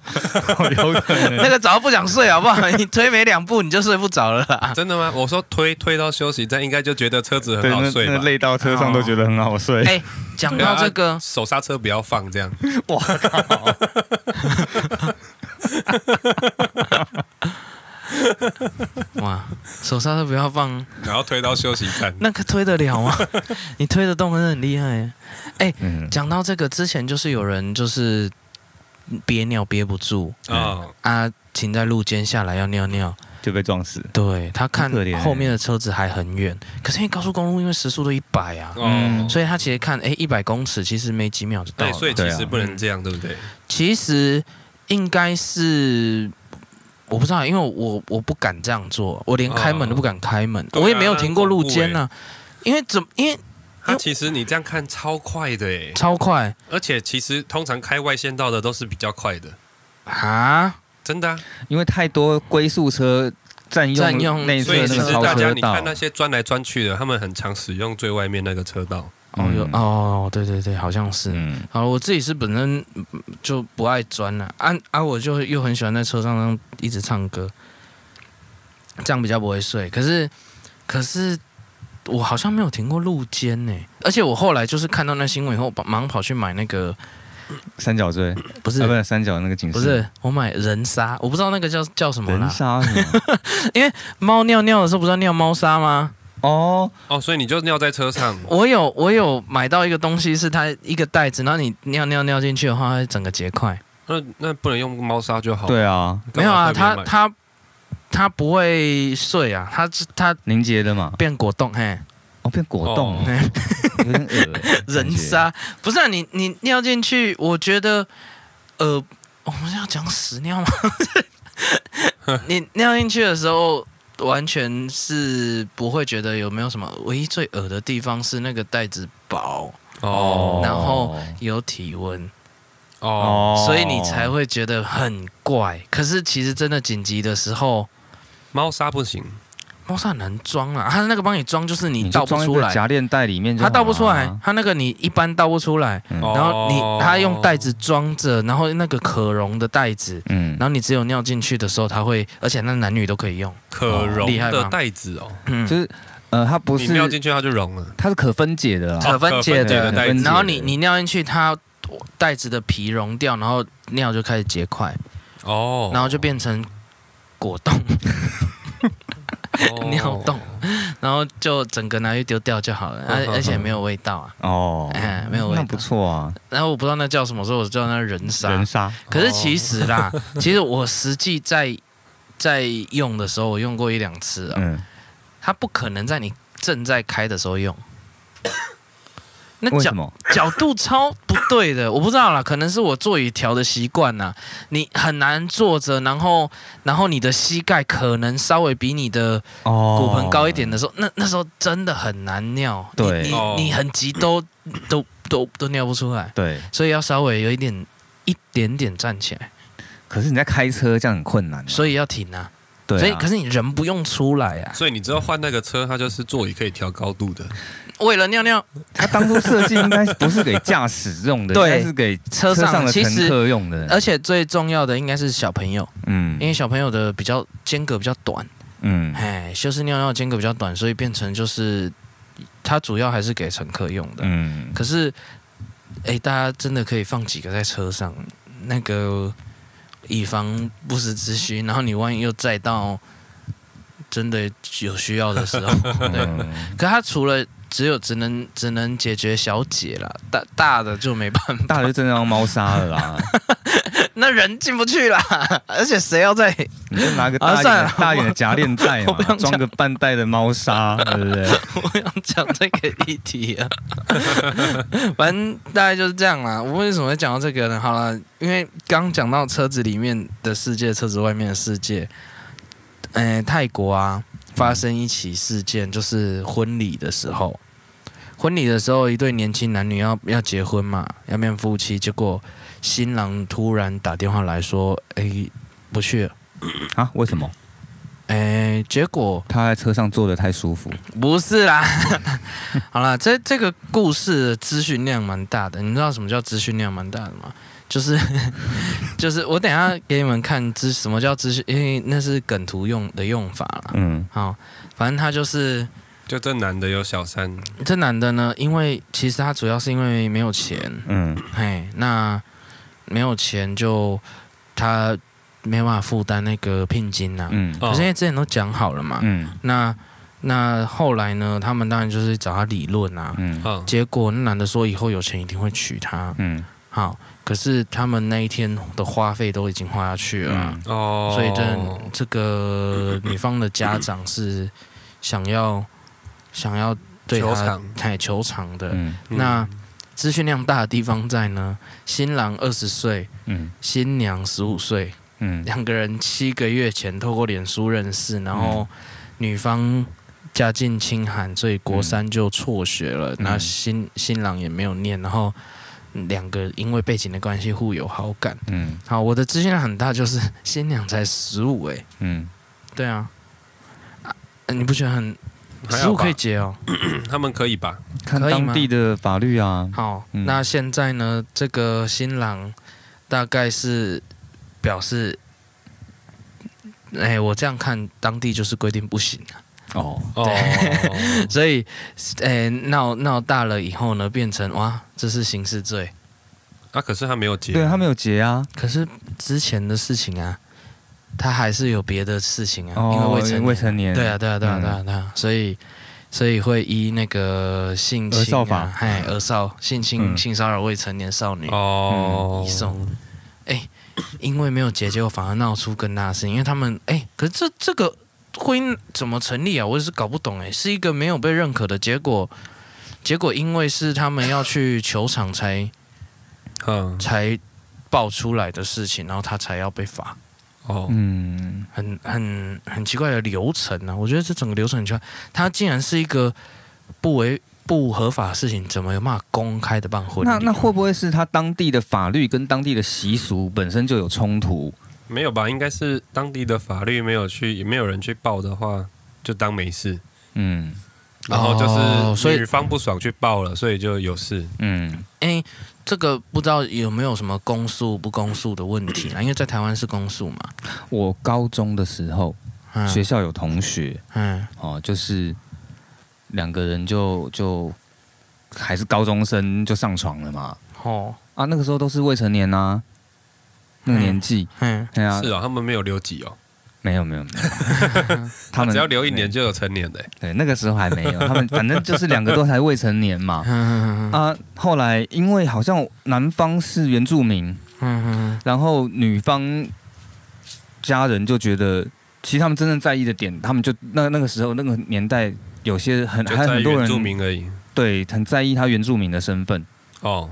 [SPEAKER 3] 有可能
[SPEAKER 2] 那个早就不想睡啊好不好？你推没两步你就睡不着了啦。
[SPEAKER 4] 真的吗？我说推推到休息站，应该就觉得车子
[SPEAKER 3] 对，
[SPEAKER 4] 很好
[SPEAKER 3] 那
[SPEAKER 4] 睡
[SPEAKER 3] 那
[SPEAKER 4] 吧？哦啊
[SPEAKER 3] 累到车上都觉得很好睡。
[SPEAKER 2] 哎、讲到这个，
[SPEAKER 4] 手刹车不要放，这样
[SPEAKER 3] 我靠！
[SPEAKER 2] 哇，手刹车不要放，
[SPEAKER 4] 然后推到休息站。
[SPEAKER 2] 那个推得 了吗？你推得动真的很厉害欸。
[SPEAKER 3] 嗯，
[SPEAKER 2] 讲到这个，之前就是有人就是憋尿憋不住
[SPEAKER 4] 哦，
[SPEAKER 2] 啊，停在路肩下来要尿尿，
[SPEAKER 3] 就被撞死。
[SPEAKER 2] 对他看
[SPEAKER 3] 很可怜欸
[SPEAKER 2] 后面的车子还很远，可是因为高速公路因为时速都一百啊。
[SPEAKER 4] 哦
[SPEAKER 3] 嗯，
[SPEAKER 2] 所以啊他其实看，哎、1一百公尺其实没几秒就到
[SPEAKER 4] 对，
[SPEAKER 2] 了。
[SPEAKER 4] 所以其实不能这样，对不对？
[SPEAKER 2] 其实应该是我不知道，因为我我不敢这样做，我连开门都不敢开门，
[SPEAKER 3] 哦
[SPEAKER 4] 对啊
[SPEAKER 2] 我也没有停过路肩呢、
[SPEAKER 3] 啊欸
[SPEAKER 2] 因为怎么？因为
[SPEAKER 4] 它其实你这样看超快的诶，
[SPEAKER 2] 超快
[SPEAKER 4] 而且其实通常开外线道的都是比较快的，
[SPEAKER 2] 啊！
[SPEAKER 4] 真的啊。
[SPEAKER 3] 因为太多龟速车占用
[SPEAKER 2] 占用
[SPEAKER 3] 内侧
[SPEAKER 4] 所以其
[SPEAKER 3] 那
[SPEAKER 4] 实
[SPEAKER 3] 个超
[SPEAKER 4] 大家
[SPEAKER 3] 车
[SPEAKER 4] 你
[SPEAKER 3] 道
[SPEAKER 4] 看，那些钻来钻去的，他们很常使用最外面那个车道。
[SPEAKER 2] 哦，有
[SPEAKER 3] 嗯
[SPEAKER 2] 哦，对对对，好像是。
[SPEAKER 3] 嗯，
[SPEAKER 2] 好，我自己是本身嗯就不爱钻了、啊，啊啊，我就又很喜欢在车上那样一直唱歌，这样比较不会睡。可是，可是我好像没有停过路肩呢、而且我后来就是看到那新闻以后，把忙跑去买那个，
[SPEAKER 3] 三角锥，
[SPEAKER 2] 不是、
[SPEAKER 3] 啊，不是三角那个警
[SPEAKER 2] 不
[SPEAKER 3] 示，
[SPEAKER 2] 是，我买人鲨，我不知道那个叫叫什么
[SPEAKER 3] 人
[SPEAKER 2] 啦。
[SPEAKER 3] 鲨什 么
[SPEAKER 2] 猫尿尿的时候不是要尿猫砂吗？
[SPEAKER 3] 哦，
[SPEAKER 4] 哦，所以你就尿在车上，
[SPEAKER 2] 我有我有买到一个东西，是它一个袋子，然后你尿尿尿进去的话，它会整个结块。
[SPEAKER 4] 那那不能用猫砂就好。，
[SPEAKER 3] 对啊，
[SPEAKER 2] 没有啊，它它它不会碎啊，它是它
[SPEAKER 3] 凝结的嘛，
[SPEAKER 2] 变果冻嘿，
[SPEAKER 3] 哦，变果冻
[SPEAKER 4] 哦
[SPEAKER 3] 哦， 有点恶
[SPEAKER 2] 人，鲨不是啊，你你尿进去，我觉得呃，我们要讲屎尿吗？ 你尿进去的时候。完全是不会觉得有没有什么，唯一最恶的地方是那个袋子薄，
[SPEAKER 4] 哦
[SPEAKER 2] 然后有体温，
[SPEAKER 4] 哦，
[SPEAKER 3] 哦，
[SPEAKER 2] 所以你才会觉得很怪。可是其实真的紧急的时候，
[SPEAKER 4] 猫砂不行。
[SPEAKER 2] 猫砂很难装啊，它那个帮你装就是你
[SPEAKER 3] 你就
[SPEAKER 2] 倒不
[SPEAKER 3] 装一
[SPEAKER 2] 出
[SPEAKER 3] 个
[SPEAKER 2] 来，
[SPEAKER 3] 夹链袋里面就好
[SPEAKER 2] 它
[SPEAKER 3] 了啊，
[SPEAKER 2] 倒不出来，它那个你一般倒不出来，
[SPEAKER 3] 嗯
[SPEAKER 4] 哦
[SPEAKER 2] 然后你它用袋子装着，然后那个可溶的袋子，
[SPEAKER 3] 嗯
[SPEAKER 2] 然，后你只有尿进去的时候，它会，而且那男女都可以用，
[SPEAKER 4] 可溶
[SPEAKER 2] 厉害
[SPEAKER 4] 的
[SPEAKER 2] 吗
[SPEAKER 4] 袋子哦，
[SPEAKER 2] 嗯
[SPEAKER 3] 就，是呃，它不
[SPEAKER 4] 你
[SPEAKER 3] 是，
[SPEAKER 4] 尿进去它就溶了。哦
[SPEAKER 3] 它是可分解的啦，
[SPEAKER 2] 可分解
[SPEAKER 3] 的
[SPEAKER 4] 的袋
[SPEAKER 3] 可分
[SPEAKER 4] 子
[SPEAKER 3] 解
[SPEAKER 2] 然后你你尿进去，它袋子的皮溶掉，然后尿就开始结块，
[SPEAKER 4] 哦，
[SPEAKER 2] 然后就变成果冻、
[SPEAKER 4] 哦
[SPEAKER 2] 尿冻， 然后就整个拿去丢掉就好了，而
[SPEAKER 4] 嗯嗯
[SPEAKER 2] 而且
[SPEAKER 4] 嗯
[SPEAKER 2] 没有味道啊。
[SPEAKER 3] 哦，
[SPEAKER 2] 哎没有味道
[SPEAKER 3] 那不错啊，
[SPEAKER 2] 然后我不知道那叫什么，所以我叫那人鲨。
[SPEAKER 4] 哦
[SPEAKER 3] 人鲨，
[SPEAKER 2] 可是其实啦，其实我实际在在用的时候，我用过一两次啊，
[SPEAKER 3] 嗯，
[SPEAKER 2] 它不可能在你正在开的时候 用。那
[SPEAKER 3] 为
[SPEAKER 2] 角
[SPEAKER 3] 什么？
[SPEAKER 2] 角度超不对的，我不知道啦，可能是我座椅调的习惯啦。你很难坐着，然后然后你的膝盖可能稍微比你的
[SPEAKER 3] 哦，
[SPEAKER 2] 骨盆高一点的时候，那那时候真的很难尿。你
[SPEAKER 3] 对
[SPEAKER 2] 你
[SPEAKER 4] 哦
[SPEAKER 2] 你很急都都都都尿不出来，
[SPEAKER 3] 对，
[SPEAKER 2] 所以要稍微有一点一点点站起来，
[SPEAKER 3] 可是你在开车这样很困难啊，
[SPEAKER 2] 所以要停啊。
[SPEAKER 3] 对啊，
[SPEAKER 2] 所以可是你人不用出来啊，
[SPEAKER 4] 所以你知道换那个车，它就是座椅可以调高度的。
[SPEAKER 2] 为了尿尿，
[SPEAKER 3] 它当初设计应该不是给驾驶用 的，应
[SPEAKER 2] 对
[SPEAKER 3] 该是给
[SPEAKER 2] 车
[SPEAKER 3] 车上
[SPEAKER 2] 上
[SPEAKER 3] 的
[SPEAKER 2] 其
[SPEAKER 3] 乘
[SPEAKER 2] 实。
[SPEAKER 3] 客用的。
[SPEAKER 2] 而且最重要的应该是小朋友，
[SPEAKER 3] 嗯
[SPEAKER 2] 因为小朋友的比较间隔比较短，
[SPEAKER 3] 嗯
[SPEAKER 2] 哎，就是尿尿间隔比较短，所以变成就是它主要还是给乘客用的。
[SPEAKER 3] 嗯，
[SPEAKER 2] 可是，哎，大家真的可以放几个在车上，那个以防不时之需。然后你万一又载到真的有需要的时 候，对，
[SPEAKER 3] 嗯
[SPEAKER 2] 可它除了只有只能只能解决小姐啦，大大的就没办法，
[SPEAKER 3] 大的就真的要猫砂了啦，
[SPEAKER 2] 那人进不去啦，而且谁要在
[SPEAKER 3] 你就拿个
[SPEAKER 2] 啊
[SPEAKER 3] 大一
[SPEAKER 2] 算
[SPEAKER 3] 点
[SPEAKER 2] 了
[SPEAKER 3] 的大一点的夹链袋
[SPEAKER 2] 我
[SPEAKER 3] 嘛
[SPEAKER 2] 不想，
[SPEAKER 3] 装个半袋的猫砂，对不对？
[SPEAKER 2] 我想讲这个议题啊？ 反正大概就是这样啦。我为什么会讲到这个呢？好了，因为刚讲到车子里面的世界，车子外面的世界，嗯、泰国啊，发生一起事件，就是婚礼的时候，婚礼的时候，一对年轻男女要要结婚嘛，要变夫妻，结果新郎突然打电话来说：“哎、不去了。
[SPEAKER 3] 啊？为什么？”
[SPEAKER 2] 哎，结果
[SPEAKER 3] 他在车上坐的太舒服，
[SPEAKER 2] 不是啦， 好啦，这这个故事的资讯量蛮大的，你知道什么叫资讯量蛮大的吗？就是 就是，我等一下给你们看资什么叫资讯，因为那是梗图用的用法啦。
[SPEAKER 3] 嗯，
[SPEAKER 2] 好，反正他就是
[SPEAKER 4] 就这男的有小三，
[SPEAKER 2] 这男的呢，因为其实他主要是因为没有钱，
[SPEAKER 3] 嗯，
[SPEAKER 2] 嘿，那没有钱就他没有办法负担那个聘金呐、
[SPEAKER 3] 嗯，
[SPEAKER 4] 哦
[SPEAKER 2] 可是因为之前都讲好了嘛，
[SPEAKER 3] 嗯，
[SPEAKER 2] 那那后来呢，他们当然就是找他理论啊。
[SPEAKER 3] 嗯，
[SPEAKER 4] 嗯，
[SPEAKER 2] 结果那男的说以后有钱一定会娶她，
[SPEAKER 3] 嗯，
[SPEAKER 2] 好，可是他们那一天的花费都已经花下去了啊、
[SPEAKER 3] 嗯，
[SPEAKER 4] 哦，
[SPEAKER 2] 所以这这个女方的家长是想要想要对
[SPEAKER 4] 球
[SPEAKER 2] 他
[SPEAKER 4] 场
[SPEAKER 2] 太球场的。
[SPEAKER 3] 嗯，
[SPEAKER 4] 嗯
[SPEAKER 2] 那资讯量大的地方在呢，新郎二十岁，
[SPEAKER 3] 嗯，
[SPEAKER 2] 新娘十五岁，
[SPEAKER 3] 嗯，
[SPEAKER 2] 两个人七个月前透过脸书认识，然
[SPEAKER 4] 嗯
[SPEAKER 2] 后女方家境清寒，所以国三就辍学
[SPEAKER 4] 嗯
[SPEAKER 2] 了。那、新新郎也没有念，然后两个因为背景的关系互有好感。
[SPEAKER 3] 嗯，
[SPEAKER 2] 好，我的资讯量很大，就是 新娘才十五哎，
[SPEAKER 3] 嗯，
[SPEAKER 2] 对啊，啊你不觉得很
[SPEAKER 4] 还
[SPEAKER 2] 十
[SPEAKER 4] 好
[SPEAKER 2] 五
[SPEAKER 4] 吧
[SPEAKER 2] 可以，结哦？
[SPEAKER 4] 他们可以吧？
[SPEAKER 3] 看
[SPEAKER 2] 可以
[SPEAKER 3] 当
[SPEAKER 2] 吗
[SPEAKER 3] 地的法律啊，
[SPEAKER 2] 好，
[SPEAKER 3] 嗯
[SPEAKER 2] 那现在呢，这个新郎大概是表示，哎，我这样看当地就是规定不行啊，
[SPEAKER 3] 哦，
[SPEAKER 4] 哦，
[SPEAKER 2] 所以，哎，闹闹大了以后呢，变成哇，这是刑事罪。
[SPEAKER 4] 啊，可是他没有结，
[SPEAKER 3] 对他没有结啊，
[SPEAKER 2] 可是之前的事情啊，他还是有别的事情啊，因
[SPEAKER 3] 哦
[SPEAKER 2] 为未，成
[SPEAKER 3] 因为
[SPEAKER 2] 年
[SPEAKER 3] 未成年，
[SPEAKER 2] 对啊，对啊，对啊，
[SPEAKER 3] 嗯
[SPEAKER 2] 对啊，对啊，所以所以会依那个性侵、啊、
[SPEAKER 3] 儿少法
[SPEAKER 2] 哎，儿少性侵、
[SPEAKER 3] 嗯
[SPEAKER 2] 性骚扰未成年少女
[SPEAKER 4] 哦
[SPEAKER 2] 移，送，哎、因为没有结，结果反而闹出更大的事情，因为他们哎、可是这这个婚姻怎么成立啊？我也是搞不懂哎、是一个没有被认可的结果，结果因为是他们要去球场才
[SPEAKER 4] 嗯，
[SPEAKER 2] 才爆出来的事情，然后他才要被罚。
[SPEAKER 4] 哦，
[SPEAKER 3] 嗯，
[SPEAKER 2] 很很很奇怪的流程啊！我觉得这整个流程很奇怪，它竟然是一个不违不合法的事情，怎么有办法公开的办婚礼？
[SPEAKER 3] 那那会不会是他当地的法律跟当地的习俗本身就有冲突？
[SPEAKER 4] 没有吧？应该是当地的法律没有去，也没有人去报的话，就当没事。
[SPEAKER 3] 嗯
[SPEAKER 4] 然后
[SPEAKER 2] 哦
[SPEAKER 4] 就
[SPEAKER 2] 所
[SPEAKER 4] 是
[SPEAKER 2] 以
[SPEAKER 4] 女方不爽去报了，所以就有事。
[SPEAKER 3] 嗯
[SPEAKER 2] 哎，这个不知道有没有什么公诉不公诉的问题啦？因为在台湾是公诉嘛，
[SPEAKER 3] 我高中的时候，学
[SPEAKER 2] 嗯
[SPEAKER 3] 校有同学
[SPEAKER 2] 嗯
[SPEAKER 3] 哦，就是两个人就就还是高中生就上床了嘛，
[SPEAKER 2] 哦
[SPEAKER 3] 啊，那个时候都是未成年啊，那个年纪，
[SPEAKER 2] 嗯
[SPEAKER 3] 对啊
[SPEAKER 4] 是，哦，他们没有留级哦，
[SPEAKER 3] 没有没有没有，他们嗯
[SPEAKER 4] 只要留一年就有成年的欸。
[SPEAKER 3] 对那个时候还没有，他们反正就是两个都才未成年嘛
[SPEAKER 2] 嗯。嗯嗯
[SPEAKER 3] 啊，后来因为好像男方是原住民，
[SPEAKER 2] 嗯
[SPEAKER 3] 然后女方家人就觉得，其实他们真正在意的点，他们就那那个时候那个年代，有些很
[SPEAKER 4] 就
[SPEAKER 3] 还有
[SPEAKER 4] 在
[SPEAKER 3] 很多
[SPEAKER 4] 原
[SPEAKER 3] 人
[SPEAKER 4] 住民而已。
[SPEAKER 3] 对很在意他原住民的身份，
[SPEAKER 4] 哦，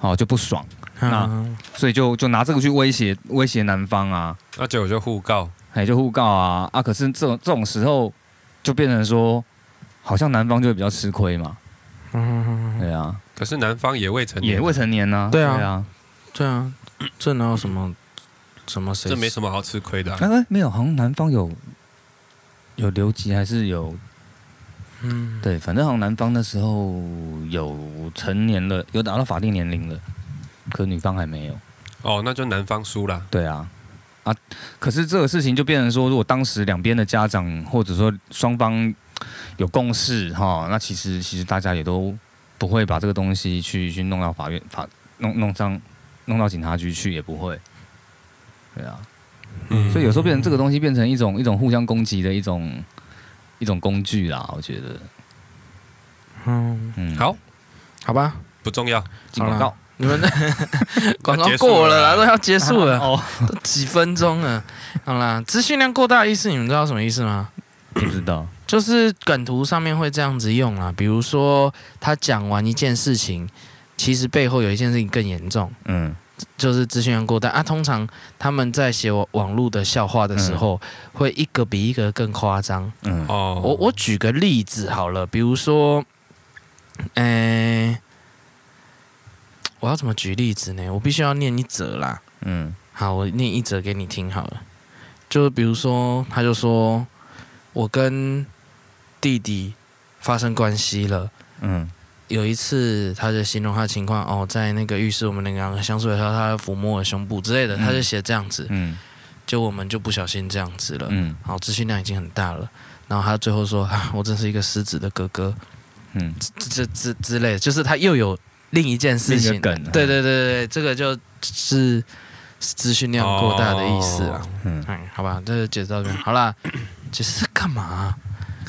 [SPEAKER 3] 哦就不爽，
[SPEAKER 2] 嗯，
[SPEAKER 3] 所以就就拿这个去威胁威胁男方啊，
[SPEAKER 4] 那结果就互告。
[SPEAKER 3] 哎就互告啊啊，可是这种这种时候就变成说，好像男方就会比较吃亏嘛，
[SPEAKER 2] 嗯
[SPEAKER 3] 对啊，
[SPEAKER 4] 可是男方也未成年，
[SPEAKER 3] 也未成年呢、
[SPEAKER 2] 对啊
[SPEAKER 3] 对啊，
[SPEAKER 4] 嗯
[SPEAKER 2] 对啊，这哪有什么什么谁？
[SPEAKER 4] 这没什么好吃亏的啊、
[SPEAKER 3] 哎、哎没有，好像男方有有留级还是有
[SPEAKER 2] 嗯
[SPEAKER 3] 对，反正好像男方那时候有成年了，有达到法定年龄了，可女方还没有。
[SPEAKER 4] 哦，那就男方输啦。
[SPEAKER 3] 对啊，啊，可是这个事情就变成说，如果当时两边的家长或者说双方有共识哈，那其实其实大家也都不会把这个东西去去弄到法院法弄弄上弄到警察局去，也不会。对啊，
[SPEAKER 4] 嗯
[SPEAKER 3] 所以有时候变成这个东西变成一种一种互相攻击的一种一种工具啦，我觉得。
[SPEAKER 2] 嗯，
[SPEAKER 3] 嗯，，
[SPEAKER 4] 好，
[SPEAKER 2] 好吧，
[SPEAKER 4] 不重要。
[SPEAKER 3] 进广告
[SPEAKER 2] 好你们的广告
[SPEAKER 4] 结束
[SPEAKER 2] 过了
[SPEAKER 4] 了
[SPEAKER 2] 啦，
[SPEAKER 4] 啦
[SPEAKER 2] 都要结束 了。
[SPEAKER 3] 哦，
[SPEAKER 2] 都几分钟了，好啦，资讯量过大的意思你们知道什么意思吗？
[SPEAKER 3] 不知道。
[SPEAKER 2] 就是梗图上面会这样子用啦，比如说他讲完一件事情，其实背后有一件事情更严重，
[SPEAKER 3] 嗯
[SPEAKER 2] 就是资讯量过大啊。通常他们在写网网络的笑话的时候，会一个比一个更夸张。
[SPEAKER 3] 嗯，
[SPEAKER 4] 哦，
[SPEAKER 2] 我我举个例子好了，比如说，嗯、我要怎么举例子呢？我必须要念一则啦。
[SPEAKER 3] 嗯，
[SPEAKER 2] 好，我念一则给你听好了。就比如说，他就说我跟弟弟发生关系了。
[SPEAKER 3] 嗯，
[SPEAKER 2] 有一次，他就形容他的情况哦，在那个浴室，我们两个相处的时候，他抚摸我胸部之类的，
[SPEAKER 3] 嗯
[SPEAKER 2] 他就写这样子，
[SPEAKER 3] 嗯，
[SPEAKER 2] 就我们就不小心这样子了。
[SPEAKER 3] 嗯，
[SPEAKER 2] 好，资讯量已经很大了。然后他最后说：“啊、我真是一个失职的哥哥，
[SPEAKER 3] 嗯，
[SPEAKER 2] 这之之类的，就是他又有另一件事
[SPEAKER 3] 另
[SPEAKER 2] 情。
[SPEAKER 3] 一个梗啊
[SPEAKER 2] 对对对对对，这个就是资讯量过大的意思啊。
[SPEAKER 3] 嗯，
[SPEAKER 2] 嗯，好吧，这就解释到这 边。好啦，解释干嘛 啊、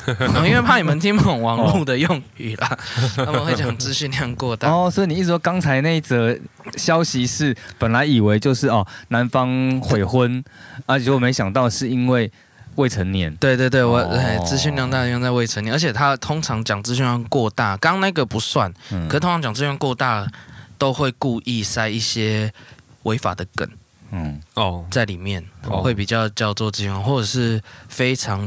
[SPEAKER 2] 嗯因为怕你们听不懂网络的用语啦，他们会讲资讯量过大。
[SPEAKER 3] 哦哦，所以你一直说刚才那一则消息是本来以为就是哦男方悔婚，啊，结果没想到是因为未成年。
[SPEAKER 2] 对对对，我
[SPEAKER 3] 哦
[SPEAKER 2] 哎资讯量大用在未成年，而且他通常讲资讯量过大，刚刚那个不算，
[SPEAKER 3] 嗯，
[SPEAKER 2] 可是通常讲资讯量过大都会故意塞一些违法的梗
[SPEAKER 3] 嗯
[SPEAKER 4] 哦，
[SPEAKER 2] 在里面，
[SPEAKER 4] 哦
[SPEAKER 2] 会比较叫做资讯量，或者是非常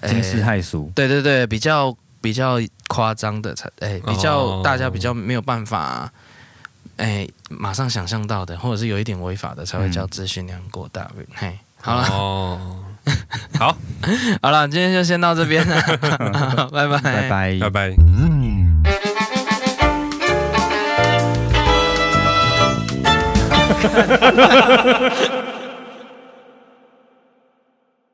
[SPEAKER 2] 呃
[SPEAKER 3] 惊世骇俗。
[SPEAKER 2] 对对对，比较比较夸张的才，哎、比较、
[SPEAKER 4] 哦
[SPEAKER 2] 大家比较没有办法，哎、马上想象到的，或者是有一点违法的，才会叫资讯量过大。嘿，好了、
[SPEAKER 4] 哦，
[SPEAKER 2] 好了，今天就先到这边了，拜拜
[SPEAKER 3] 拜
[SPEAKER 4] 拜。
[SPEAKER 3] 拜
[SPEAKER 4] 拜。